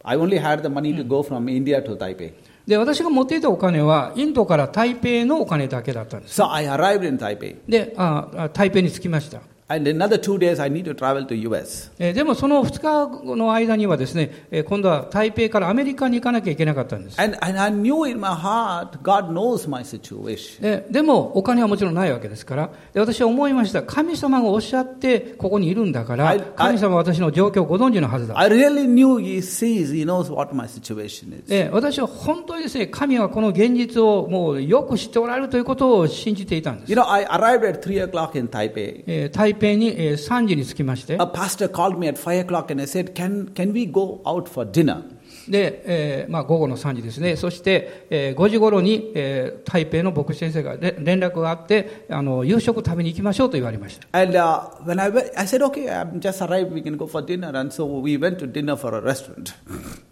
I only had the money to go from India to Taipei.
で私が持っていたお金はインドから台北のお金だけだったんです
So I arrived in Taipei.
でああ台北に着きました
And in another two days, I need to travel to US.
えーでもその2日の間にはですねえー今度は台北からアメリカに行かなきゃいけなかったんです
And, and I knew in my heart, God knows my situation.
ででもお金はもちろんないわけですからで私は思いました神様がおっしゃってここにいるんだから
I- I-
神様は私の状況をご存知のはずだ
I really knew He sees, He knows what my situation is.
で私は本当にですね神はこの現実をもうよく知っておられるということを信じていたんです
You know, I arrived at 3 o'clock in Taipei.
えー台北平にえー3時に着きまし
A
て
pastor called me at 5 o'clock and I said, Can, can we go out for dinner?
で、えーまあ、午後の3時ですね、そして、えー5時頃に、えー台北の牧師先生がれ連絡があってあの、夕食食べに行きましょうと言われました。
And uh, when I went, I said, Okay, I'm just arrived, we can go for dinner. And so we went to dinner for a restaurant.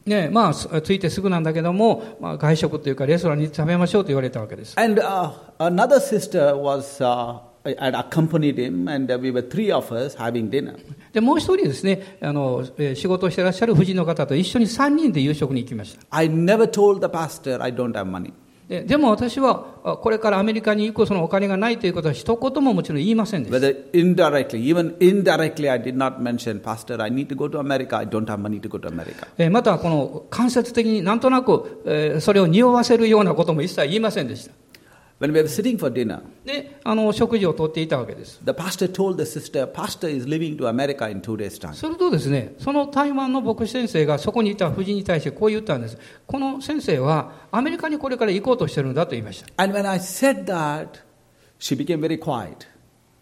ねまあ、す着いてすぐなんだけども、まあ、外食というか、レストランに食べましょうと言われたわけです。
And uh, another sister was, uh, I had accompanied him, and uh, we were three of us having dinner.
でもう一人ですねあの、えー仕事をしてらっしゃる夫人の方と一緒に3人で夕食に行きました。
I never told the pastor I don't have money.
ででも私は、あこれからアメリカに行くそのお金がないということは、一言ももちろん言いませんでした。
Whether indirectly, even indirectly, I did not mention, Pastor, I need to go to America. I don't have money to go to America.
えーまたはこの間接的になんとなく、えーそれを匂わせるようなことも一切言いませんでした
When we were sitting for dinner,
であの食事をとっていたわけです
the pastor told the sister, Pastor is leaving to America in two days' time.
するとですねその台湾の牧師先生がそこにいた夫人に対してこう言ったんですこの先生はアメリカにこれから行こうとしてるんだと言いました
And when I said that, she became very quiet.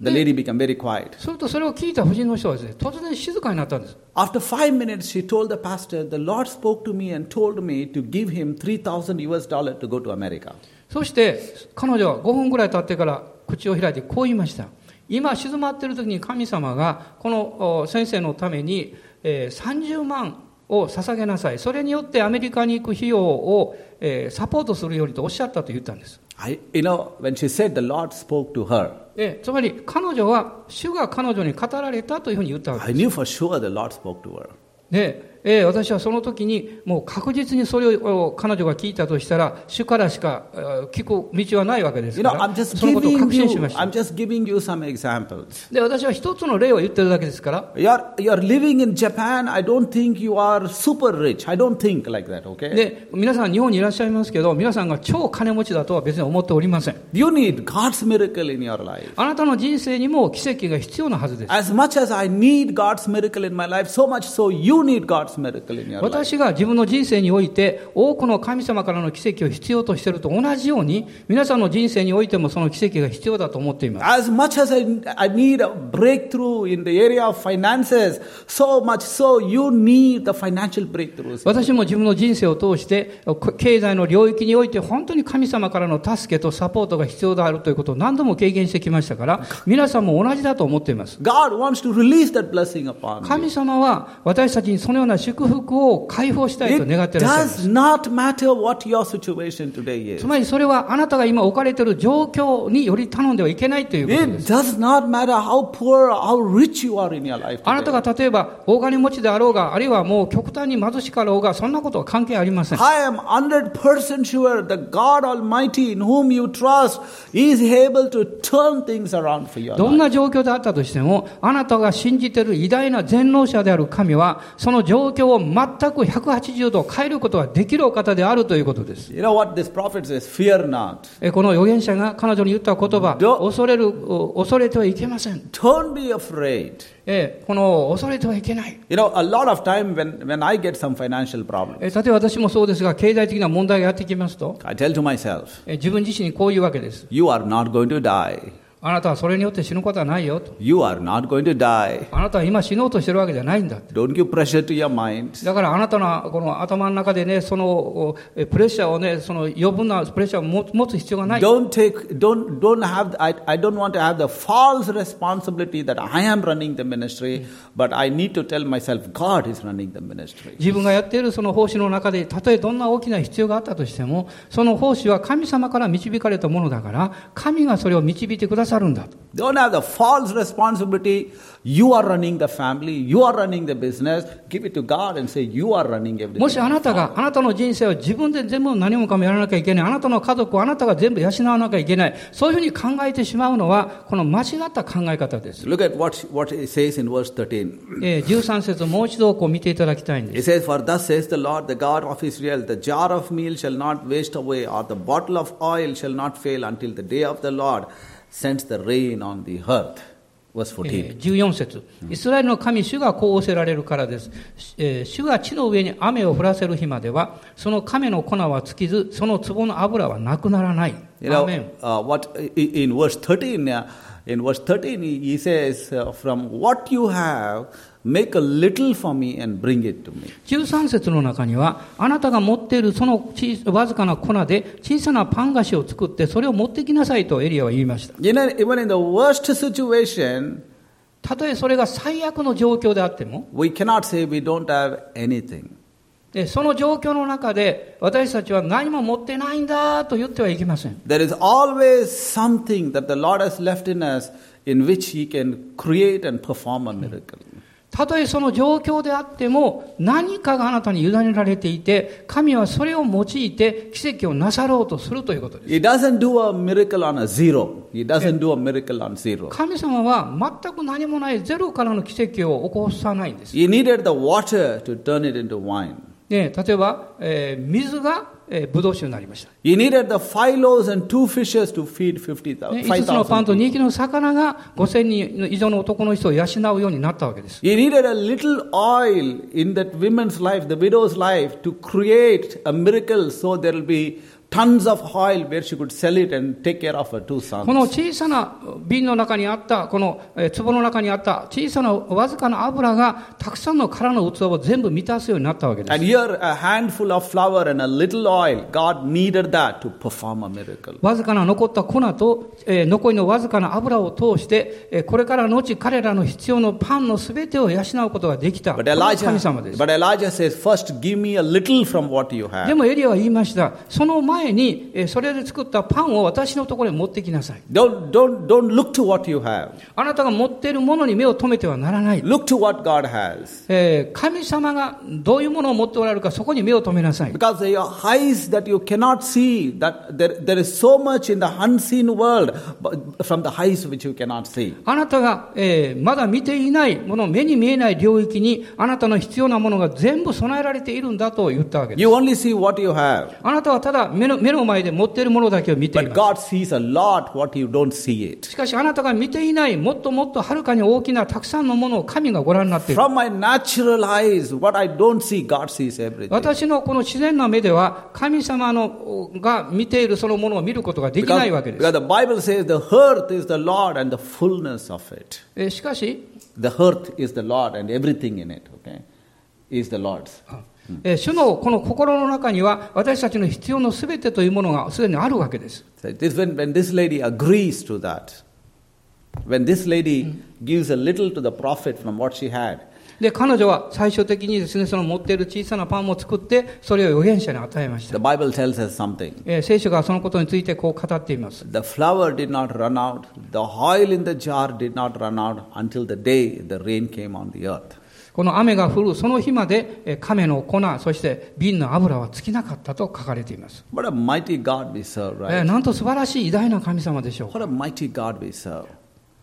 The lady became very quiet.
するとそれを聞いた夫人の人はですね突然静かになったんです
After five minutes, she told the pastor, The Lord spoke to me and told me to give him 3,000 US dollar to go to America.
そして彼女は5分ぐらい経ってから口を開いてこう言いました今静まっている時に神様がこのお先生のためにえー30万を捧げなさいそれによってアメリカに行く費用をえーサポートするようにとおっしゃったと言ったんです、
I, you know, when she said the Lord spoke to her,
えーつまり彼女は主が彼女に語られたというふうに言ったわけ
I knew for sure the Lord spoke to her.
で、えー私はその時にもう確実にそれを彼女が聞いたとしたら主からしかえー聞く道はないわけです
You
か
know,
ら
I'm just
そのことを
giving
確信し
you,
ました
I'm just giving you some examples.
で私は一つの例を言ってるだけですから、
You're, you're living in Japan. I don't think you are super rich. I don't think like that, okay?
で皆さん、日本にいらっしゃいますけど、皆さんが超金持ちだとは別に思っておりません。
You need God's miracle in your life.
あなたの人生にも奇跡が必要なはずです。
As much as I need God's miracle in my life, so much so you need God's miracle in your life.
私が自分の人生において多くの神様からの奇跡を必要としていると同じように皆さんの人生においてもその奇跡が必要だと思っていま
As
す。
much as I, I need a breakthrough in the area of finances, so much so you need the financial breakthroughs.
私も自分の人生を通してこ経済の領域において本当に神様からの助けとサポートが必要であるということを何度も経験してきましたから皆さんも同じだと思っています。
God wants to release that blessing upon you.
神様は私たちにそのような祝福を解放したいと願っ
It
ていらっしゃいます。
does not matter what your situation today
つ
is.
まりそれはあなたが今置かれている状況により頼んではいけないということで
It
す。
does not matter how poor or how rich you are in your life
あなた
today.
が例えば大金持ちであろうが、あるいはもう極端に貧しかろうが、そんなことは関係ありません。
I am 100% sure the God Almighty in whom you trust is able to turn things around for your
ど
life.
んな状況であったとしても、あなたが信じている偉大な全能者である神は、その状況を全く180度変えることができるお方であるということです。
You know what this prophet says? Fear not.
えこの預言者が彼女に言った言葉、
ど
恐れる、お恐れてはいけません。
Don't be afraid.
えーこの恐れてはいけない、
You know, a lot of time when, when I get some financial problem,
えー例えば私もそうですが経済的な問題がやってきますと、
I tell to myself,
えー自分自身にこういうわけです
you are not going to die.
あなたはそれによって死ぬことはないよと
You are not going to die.
あなたは今死のうとしてるわけじゃないんだ
Don't give pressure to your mind.
だからあなたのこの頭の中でねそのおえープレッシャーをねその余分なプレッシャーを持持つ必要がない
Don't take, don't, don't have, I, I don't want to have the false responsibility that I am running the ministry, but I need to tell myself God is running the ministry.
自分がやっているその奉仕の中でたとえどんな大きな必要があったとしてもその奉仕は神様から導かれたものだから神がそれを導いてくださるんだと
Don't have the false responsibility. You are running the family. You are running the business. Give it to God and say you are running
もし
everything.
あなたがあなたの人生を自分で全部何もかもやらなきゃいけないあなたの家族をあなたが全部養わなきゃいけないそういうふうに考えてしまうのはこの間違った考え方です、
Look at what, what it says in verse 13.
えー13節をもう一度こう見ていただきたいんで
It
す
says, For thus says the Lord, the God of Israel, the jar of meal shall not waste away, or the bottle of oil shall not fail until the day of the Lord sends the rain on the earth. Verse 14.
えー14節イスラエルの神主がこう仰せられるからです、えー主が地の上に雨を降らせる日まではその亀の粉は尽きずその壺の油はなくならない
You know,
Amen.
uh, what i- in verse 13, uh, in verse 13, he he says, uh, From what you have, make a little for me and bring it to me.
13節の中には、あなたが持っているその小さわずかな粉で小さなパン菓子を作って、それを持ってきなさいとエリアは言いました。
You know, even in the worst situation,
たとえそれが最悪の状況であっても、
we cannot say we don't have anything.
でその状況の中で、私たちは何も持ってないんだと言ってはいけません。
There is always something that the Lord has left in us in which He can create and perform a miracle.
たとえその状況であっても、何かがあなたに委ねられていて、神はそれを用いて奇跡をなさろうとするということです。
He doesn't do a miracle on a zero. He doesn't do a miracle on zero.
神様は全く何もないゼロからの奇跡を起こさないんです。
He needed the water to turn it into wine.
ね、例えば、えー水が、えー、ブドウ酒になりました。
He needed the five loaves and two fishes to feed 50,000.
ね、5つのパン
5,000
と2
people.
匹の魚が5000人以上の男の人を養うようになったわけです。
He needed a little oil in that woman's life, the widow's life, to create a miracle so there will be tons of oil where she could sell it and take care of her two
この
sons.
小さな瓶の中にあった、このえー壺の中にあった小さなわずかな油がたくさんの空の器を全部満たすようになったわけです
And。here, a handful of flour and a little oil, God needed that to perform a miracle.
わずかな残った粉と、えー残りのわずかな油を通して、えーこれからのち彼らの必要のパンのすべてを養うことができた。こ
But
れが神
Elijah,
様です。
but Elijah says, First, give me a little from what you have.
でもエリアは言いました。その前に、えーそれで作ったパンを私のところに持ってきなさい。
Don't, don't, don't look to what you have.
あなたが持っているものに目を留めてはならない。
Look to what God has.
えー神様がどういうものを持っておられるか、そこに目を留めなさい。
Because your eyes that you cannot see, that there, there is so much in the unseen world but from the eyes which you cannot see.
あなたが、えーまだ見ていないもの、目に見えない領域に、あなたの必要なものが全部備えられているんだと言ったわけです。
You only see what you have.
あなたはただ目の目の前で持っているものだけを見てい
But
ます。
God sees a lot what you don't see it.
しかしあなたが見ていない、もっともっとはるかに大きなたくさんのものを神がご覧になっている。
From my natural eyes, what I don't see, God sees everything.
私のこの自然な目では、神様のが見ているそのものを見ることができないわ
Because,
けです。
because the Bible says the earth is the Lord and the fullness of it.
えしかし、
The earth is the Lord and everything in it, okay, is the Lord's.
え主のこの心の中には、私たちの必要のすべてというものがすでにあるわけです。
So this, when, when this lady agrees to that, when this lady gives a little to the prophet from what she had,
で、彼女は最終的にですね、その持っている小さなパンも作って、それを預言者に与えました
the。Bible tells us something.
え聖書がそのことについてこう語っています。
The flour did not run out, the oil in the jar did not run out until the day the rain came on the earth.
この雨が降るその日までえー亀の粉そして瓶の油は尽きなかったと書かれています、
What a mighty God we serve,
えー
right?
なんと素晴らしい偉大な神様でしょう
What a mighty God we serve.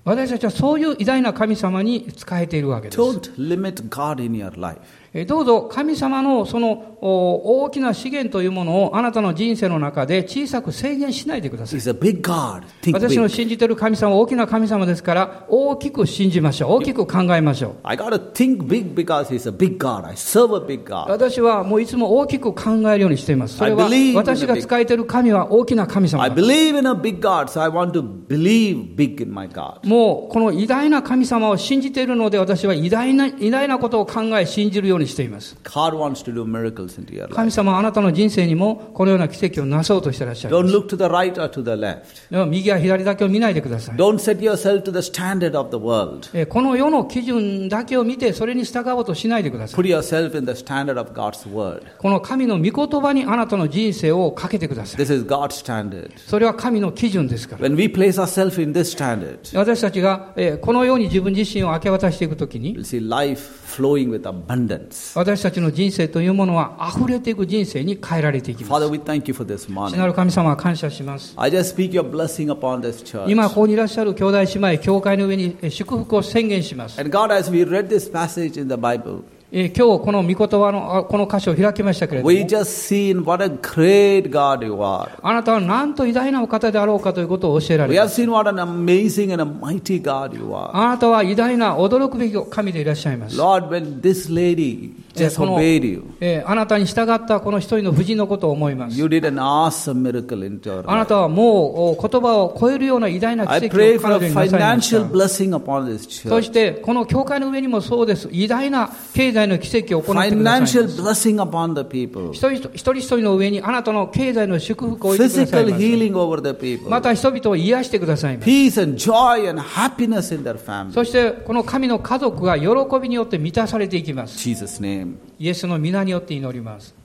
私たちはそういう偉大な神様に仕えているわけです、
Don't limit God in your life.
えーどうぞ神様のそのお大きな資源というものをあなたの人生の中で小さく制限しないでください
He's a big God. Think
私の
big.
信じている神様は大きな神様ですから大きく信じましょう大きく考えましょう
I gotta think big because He's a big God. I serve a big God.
私はもういつも大きく考えるようにしていますそれは
I believe in the
私が仕えている神は大きな神様
I
だ
believe in a big God, so I want to believe big in my God.
もうこの偉大な神様を信じているので私は偉大な偉大なことを考え信じるようにしています
God wants to do miracles into your life.
神様はあなたの人生にもこのような奇跡をなそうとしていらっしゃる
Don't look to the right or to the left.
でも右や左だけを見ないでください
Don't set yourself to the standard of the world.
えーこの世の基準だけを見てそれに従おうとしないでください
Put yourself in the standard of God's word.
この神の御言葉にあなたの人生をかけてください
This is God's standard.
それは神の基準ですから
When we place ourselves in this standard,
私たちがえーこのように自分自身を明け渡していくときに
we'll see life flowing with abundance.
私たちの人生というものは溢れていく人生に変えられていきます
Father, we thank you for this
父な
morning.
る神様は感謝します
I just speak your blessing upon this church.
今ここにいらっしゃる兄弟姉妹教会の上にえー祝福を宣言します、
And God, as we read this passage in the Bible,
えー今日この御言葉のあこの箇所を開きましたけれど
we
も
just seen what a great God you are.
あなたはなんと偉大なお方であろうかということを教えら
We
れま
have
す
seen what an amazing and a mighty God you are.
あなたは偉大な驚くべき神でいらっしゃいます
Lord, when this lady disobeyed you.
えーあなたに従ったこの一人の婦人のことを思います
You did an awesome miracle in your
あな
life.
たはもうお言葉を超えるような偉大な
I
奇跡
pray
を
for
彼
a
女になさいまし
financial
た
blessing upon this
そし
church.
てこの教会の上にもそうです偉大な経済の奇跡を行ってくださいます
Financial blessing upon the people.
一人一人一人の上にあなたの経済の祝福を置いてください
Physical
ます
healing over the
ま
people.
た人々を癒してくださいます
Peace and joy and happiness in their family.
そしてこの神の家族が喜びによって満たされていきます
Jesus' name.
イエスの皆によって祈ります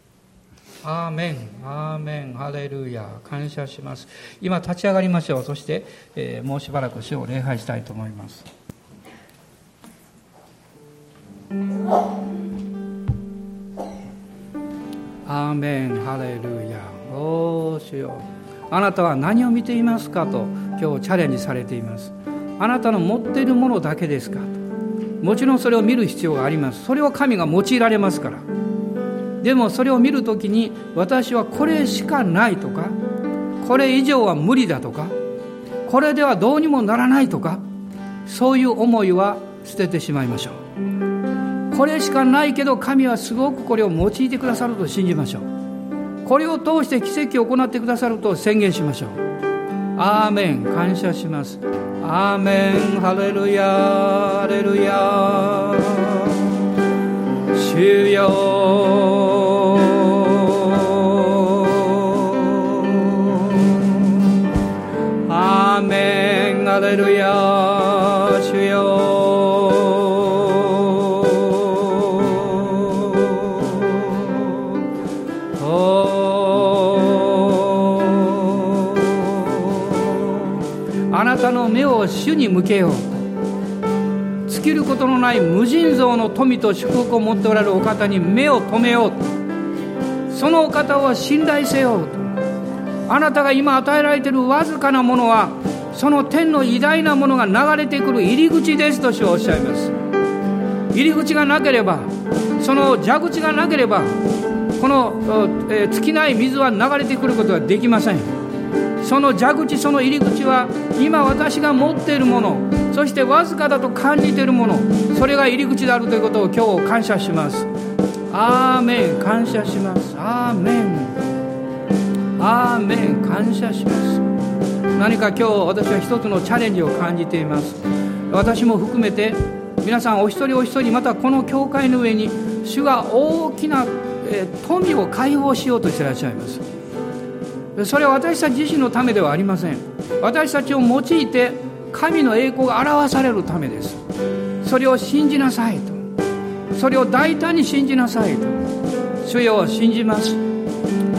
アーメンアーメンハレルヤ感謝します今立ち上がりましょうそして、えーもうしばらく主を礼拝したいと思いますアーメンハレルヤおー主よあなたは何を見ていますかと今日チャレンジされていますあなたの持っているものだけですかともちろんそれを見る必要がありますそれを神が用いられますからでもそれを見るときに私はこれしかないとかこれ以上は無理だとかこれではどうにもならないとかそういう思いは捨ててしまいましょうこれしかないけど神はすごくこれを用いてくださると信じましょうこれを通して奇跡を行ってくださると宣言しましょうアーメン感謝しますアーメンハレルヤハレルヤ主よアーメンハレルヤ主よ Oh あなたの目を主に向けよう尽きることのない無尽蔵の富と祝福を持っておられるお方に目を留めようそのお方を信頼せよあなたが今与えられているわずかなものはその天の偉大なものが流れてくる入り口ですと主はおっしゃいます入り口がなければその蛇口がなければこの、えー尽きない水は流れてくることはできませんその蛇口その入り口は今私が持っているものそしてわずかだと感じているものそれが入り口であるということを今日感謝しますアーメン感謝しますアーメンアーメン感謝します何か今日私は一つのチャレンジを感じています私も含めて皆さんお一人お一人またこの教会の上に主が大きなえー富を解放しようとしていらっしゃいますそれは私たち自身のためではありません私たちを用いて神の栄光が表されるためですそれを信じなさいとそれを大胆に信じなさいと主よ信じます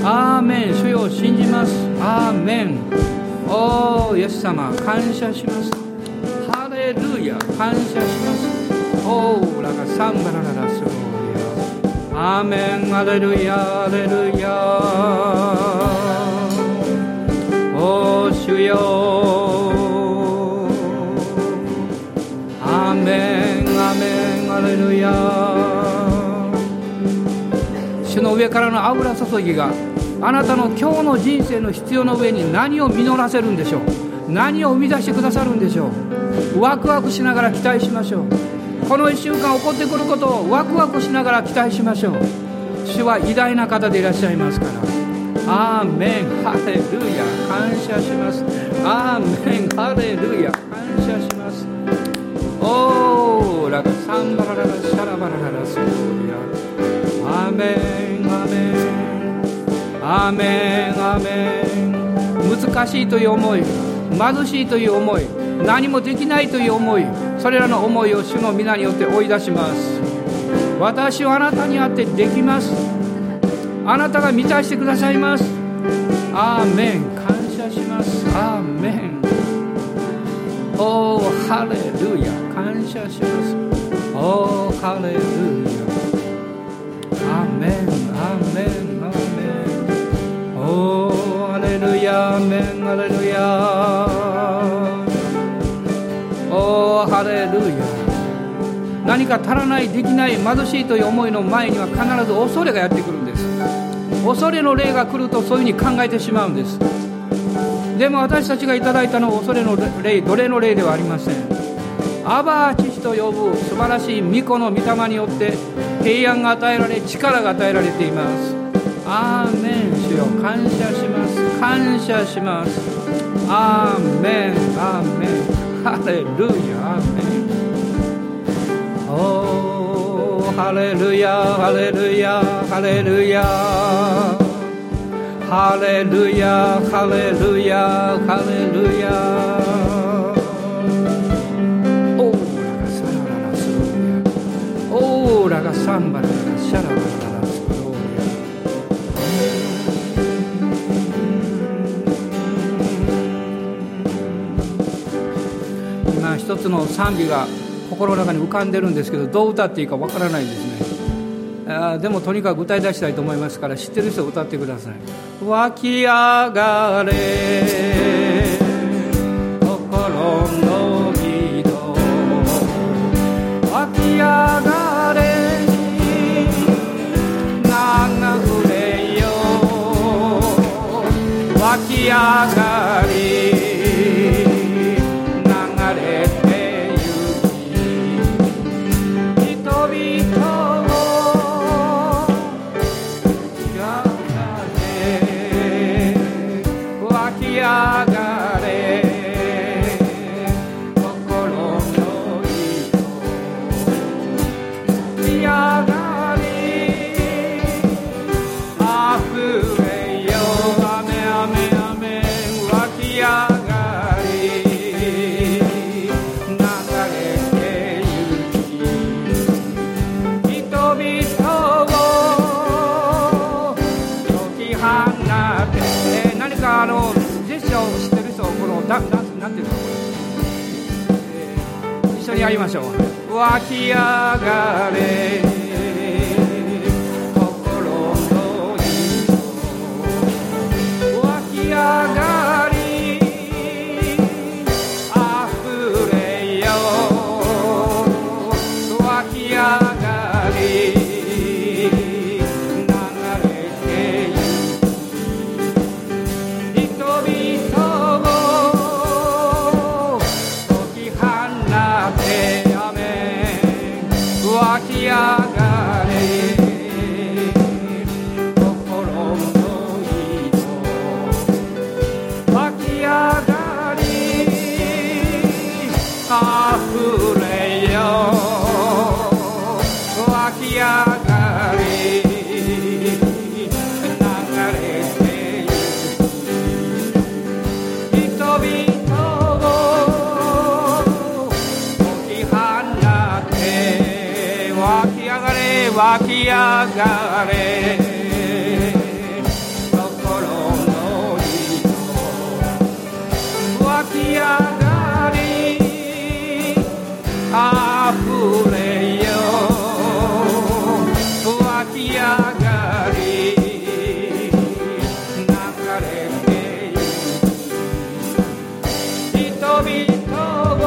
アーメン主よ信じますアーメンおおイエス様感謝しますハレルヤ感謝しますおおラガサンバラララスゴーヤアーメンハレルヤハレルヤおお主よアーメンアーメンハレルヤ主の上からの油注ぎがあなたの今日の人生の必要の上に何を実らせるんでしょう何を生み出してくださるんでしょうワクワクしながら期待しましょうこの1週間起こってくることをワクワクしながら期待しましょう主は偉大な方でいらっしゃいますからアーメンハレルヤ感謝しますアーメンハレルヤ感謝しますおーラカサンバラララシャラバラララソーリア Amen, Amen, Amen, Amen 難しいという思い貧しいという思い何もできないという思いそれらの思いを主の皆によって追い出します私はあなたにあってできますあなたが満たしてくださいますアーメン感謝しますアーメンおおハレルヤ感謝しますおおハレルヤ Amen, Amen, Amen. Oh, Hallelujah, Amen, Hallelujah. Oh, Hallelujah. 何か足らない、できない、貧しいという思いの前には必ず恐れがやってくるんです。恐れの霊が来るとそういうふうに考えてしまうんです。でも私たちがいただいたのは恐れの霊、奴隷の霊ではありません。アバー父と呼ぶ素晴らしい御子の御霊によって平安が与えられ力が与えられていますアーメン主よ感謝します感謝しますアーメンアーメンハレルヤアーメン Oh, hallelujah, hallelujah, hallelujah. Hallelujah, hallelujah, hallelujah. Oh, raga sarara soroya. Oh, raga samba raga sharara raga soroya. Mm. 今一つの賛美が心の中に浮かんでるんですけどどう歌っていいかわからないですねあーでもとにかく歌い出したいと思いますから知ってる人は歌ってください「湧き上がれ心の井戸湧き上がれ流れよ湧き上がり流れてゆき人々をやがれ湧き上がれ心の糸吹き上がり溢れよ雨雨雨雨湧き上がり流れてゆき人々を解き放って、えー何かあのジェスチャーをしてる人このダダンスなんていうのこれえー一緒にやりましょう湧き上がれ心の糸湧き上がり溢れよ湧き上がり流れてゆく人々を解き放って雨湧き上がれ心の糸湧き上がり溢れよ湧き上がり流れてゆく人々を解き放って湧き上がれ湧き上がれ心の糸湧き上がり溢れよ湧き上がり流れてゆく人々を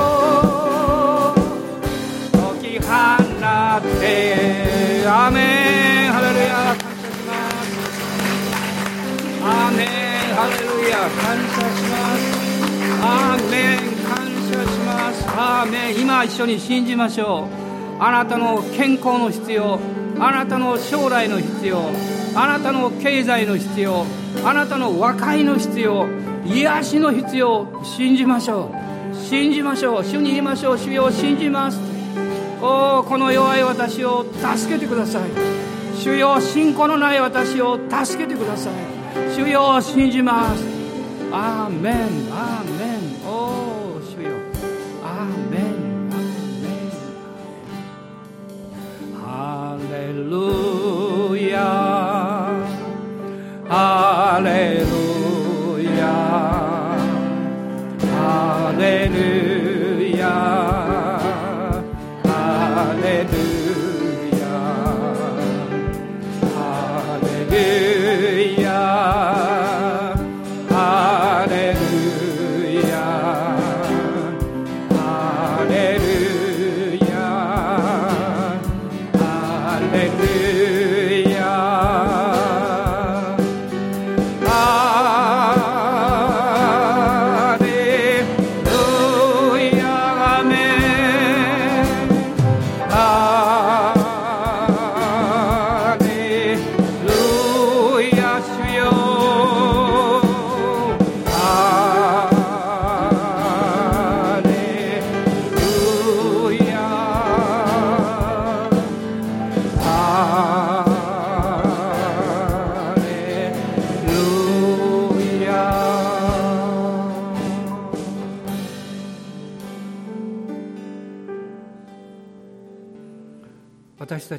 解き放ってアーメンハレルヤ感謝しますアーメンハレルヤ感謝しますアーメン感謝しますアーメン今一緒に信じましょうあなたの健康の必要あなたの将来の必要あなたの経済の必要あなたの和解の必要癒しの必要信じましょう信じましょう主に言いましょう主よ信じますおおこの弱い私を助けてください主よ信仰のない私を助けてください主よ信じますアーメンアーメンおお主よアーメンアーメンハレルヤハレルヤハレルヤハレルヤハレルヤハレルヤハレルヤハレルヤ Hallelujah. 私た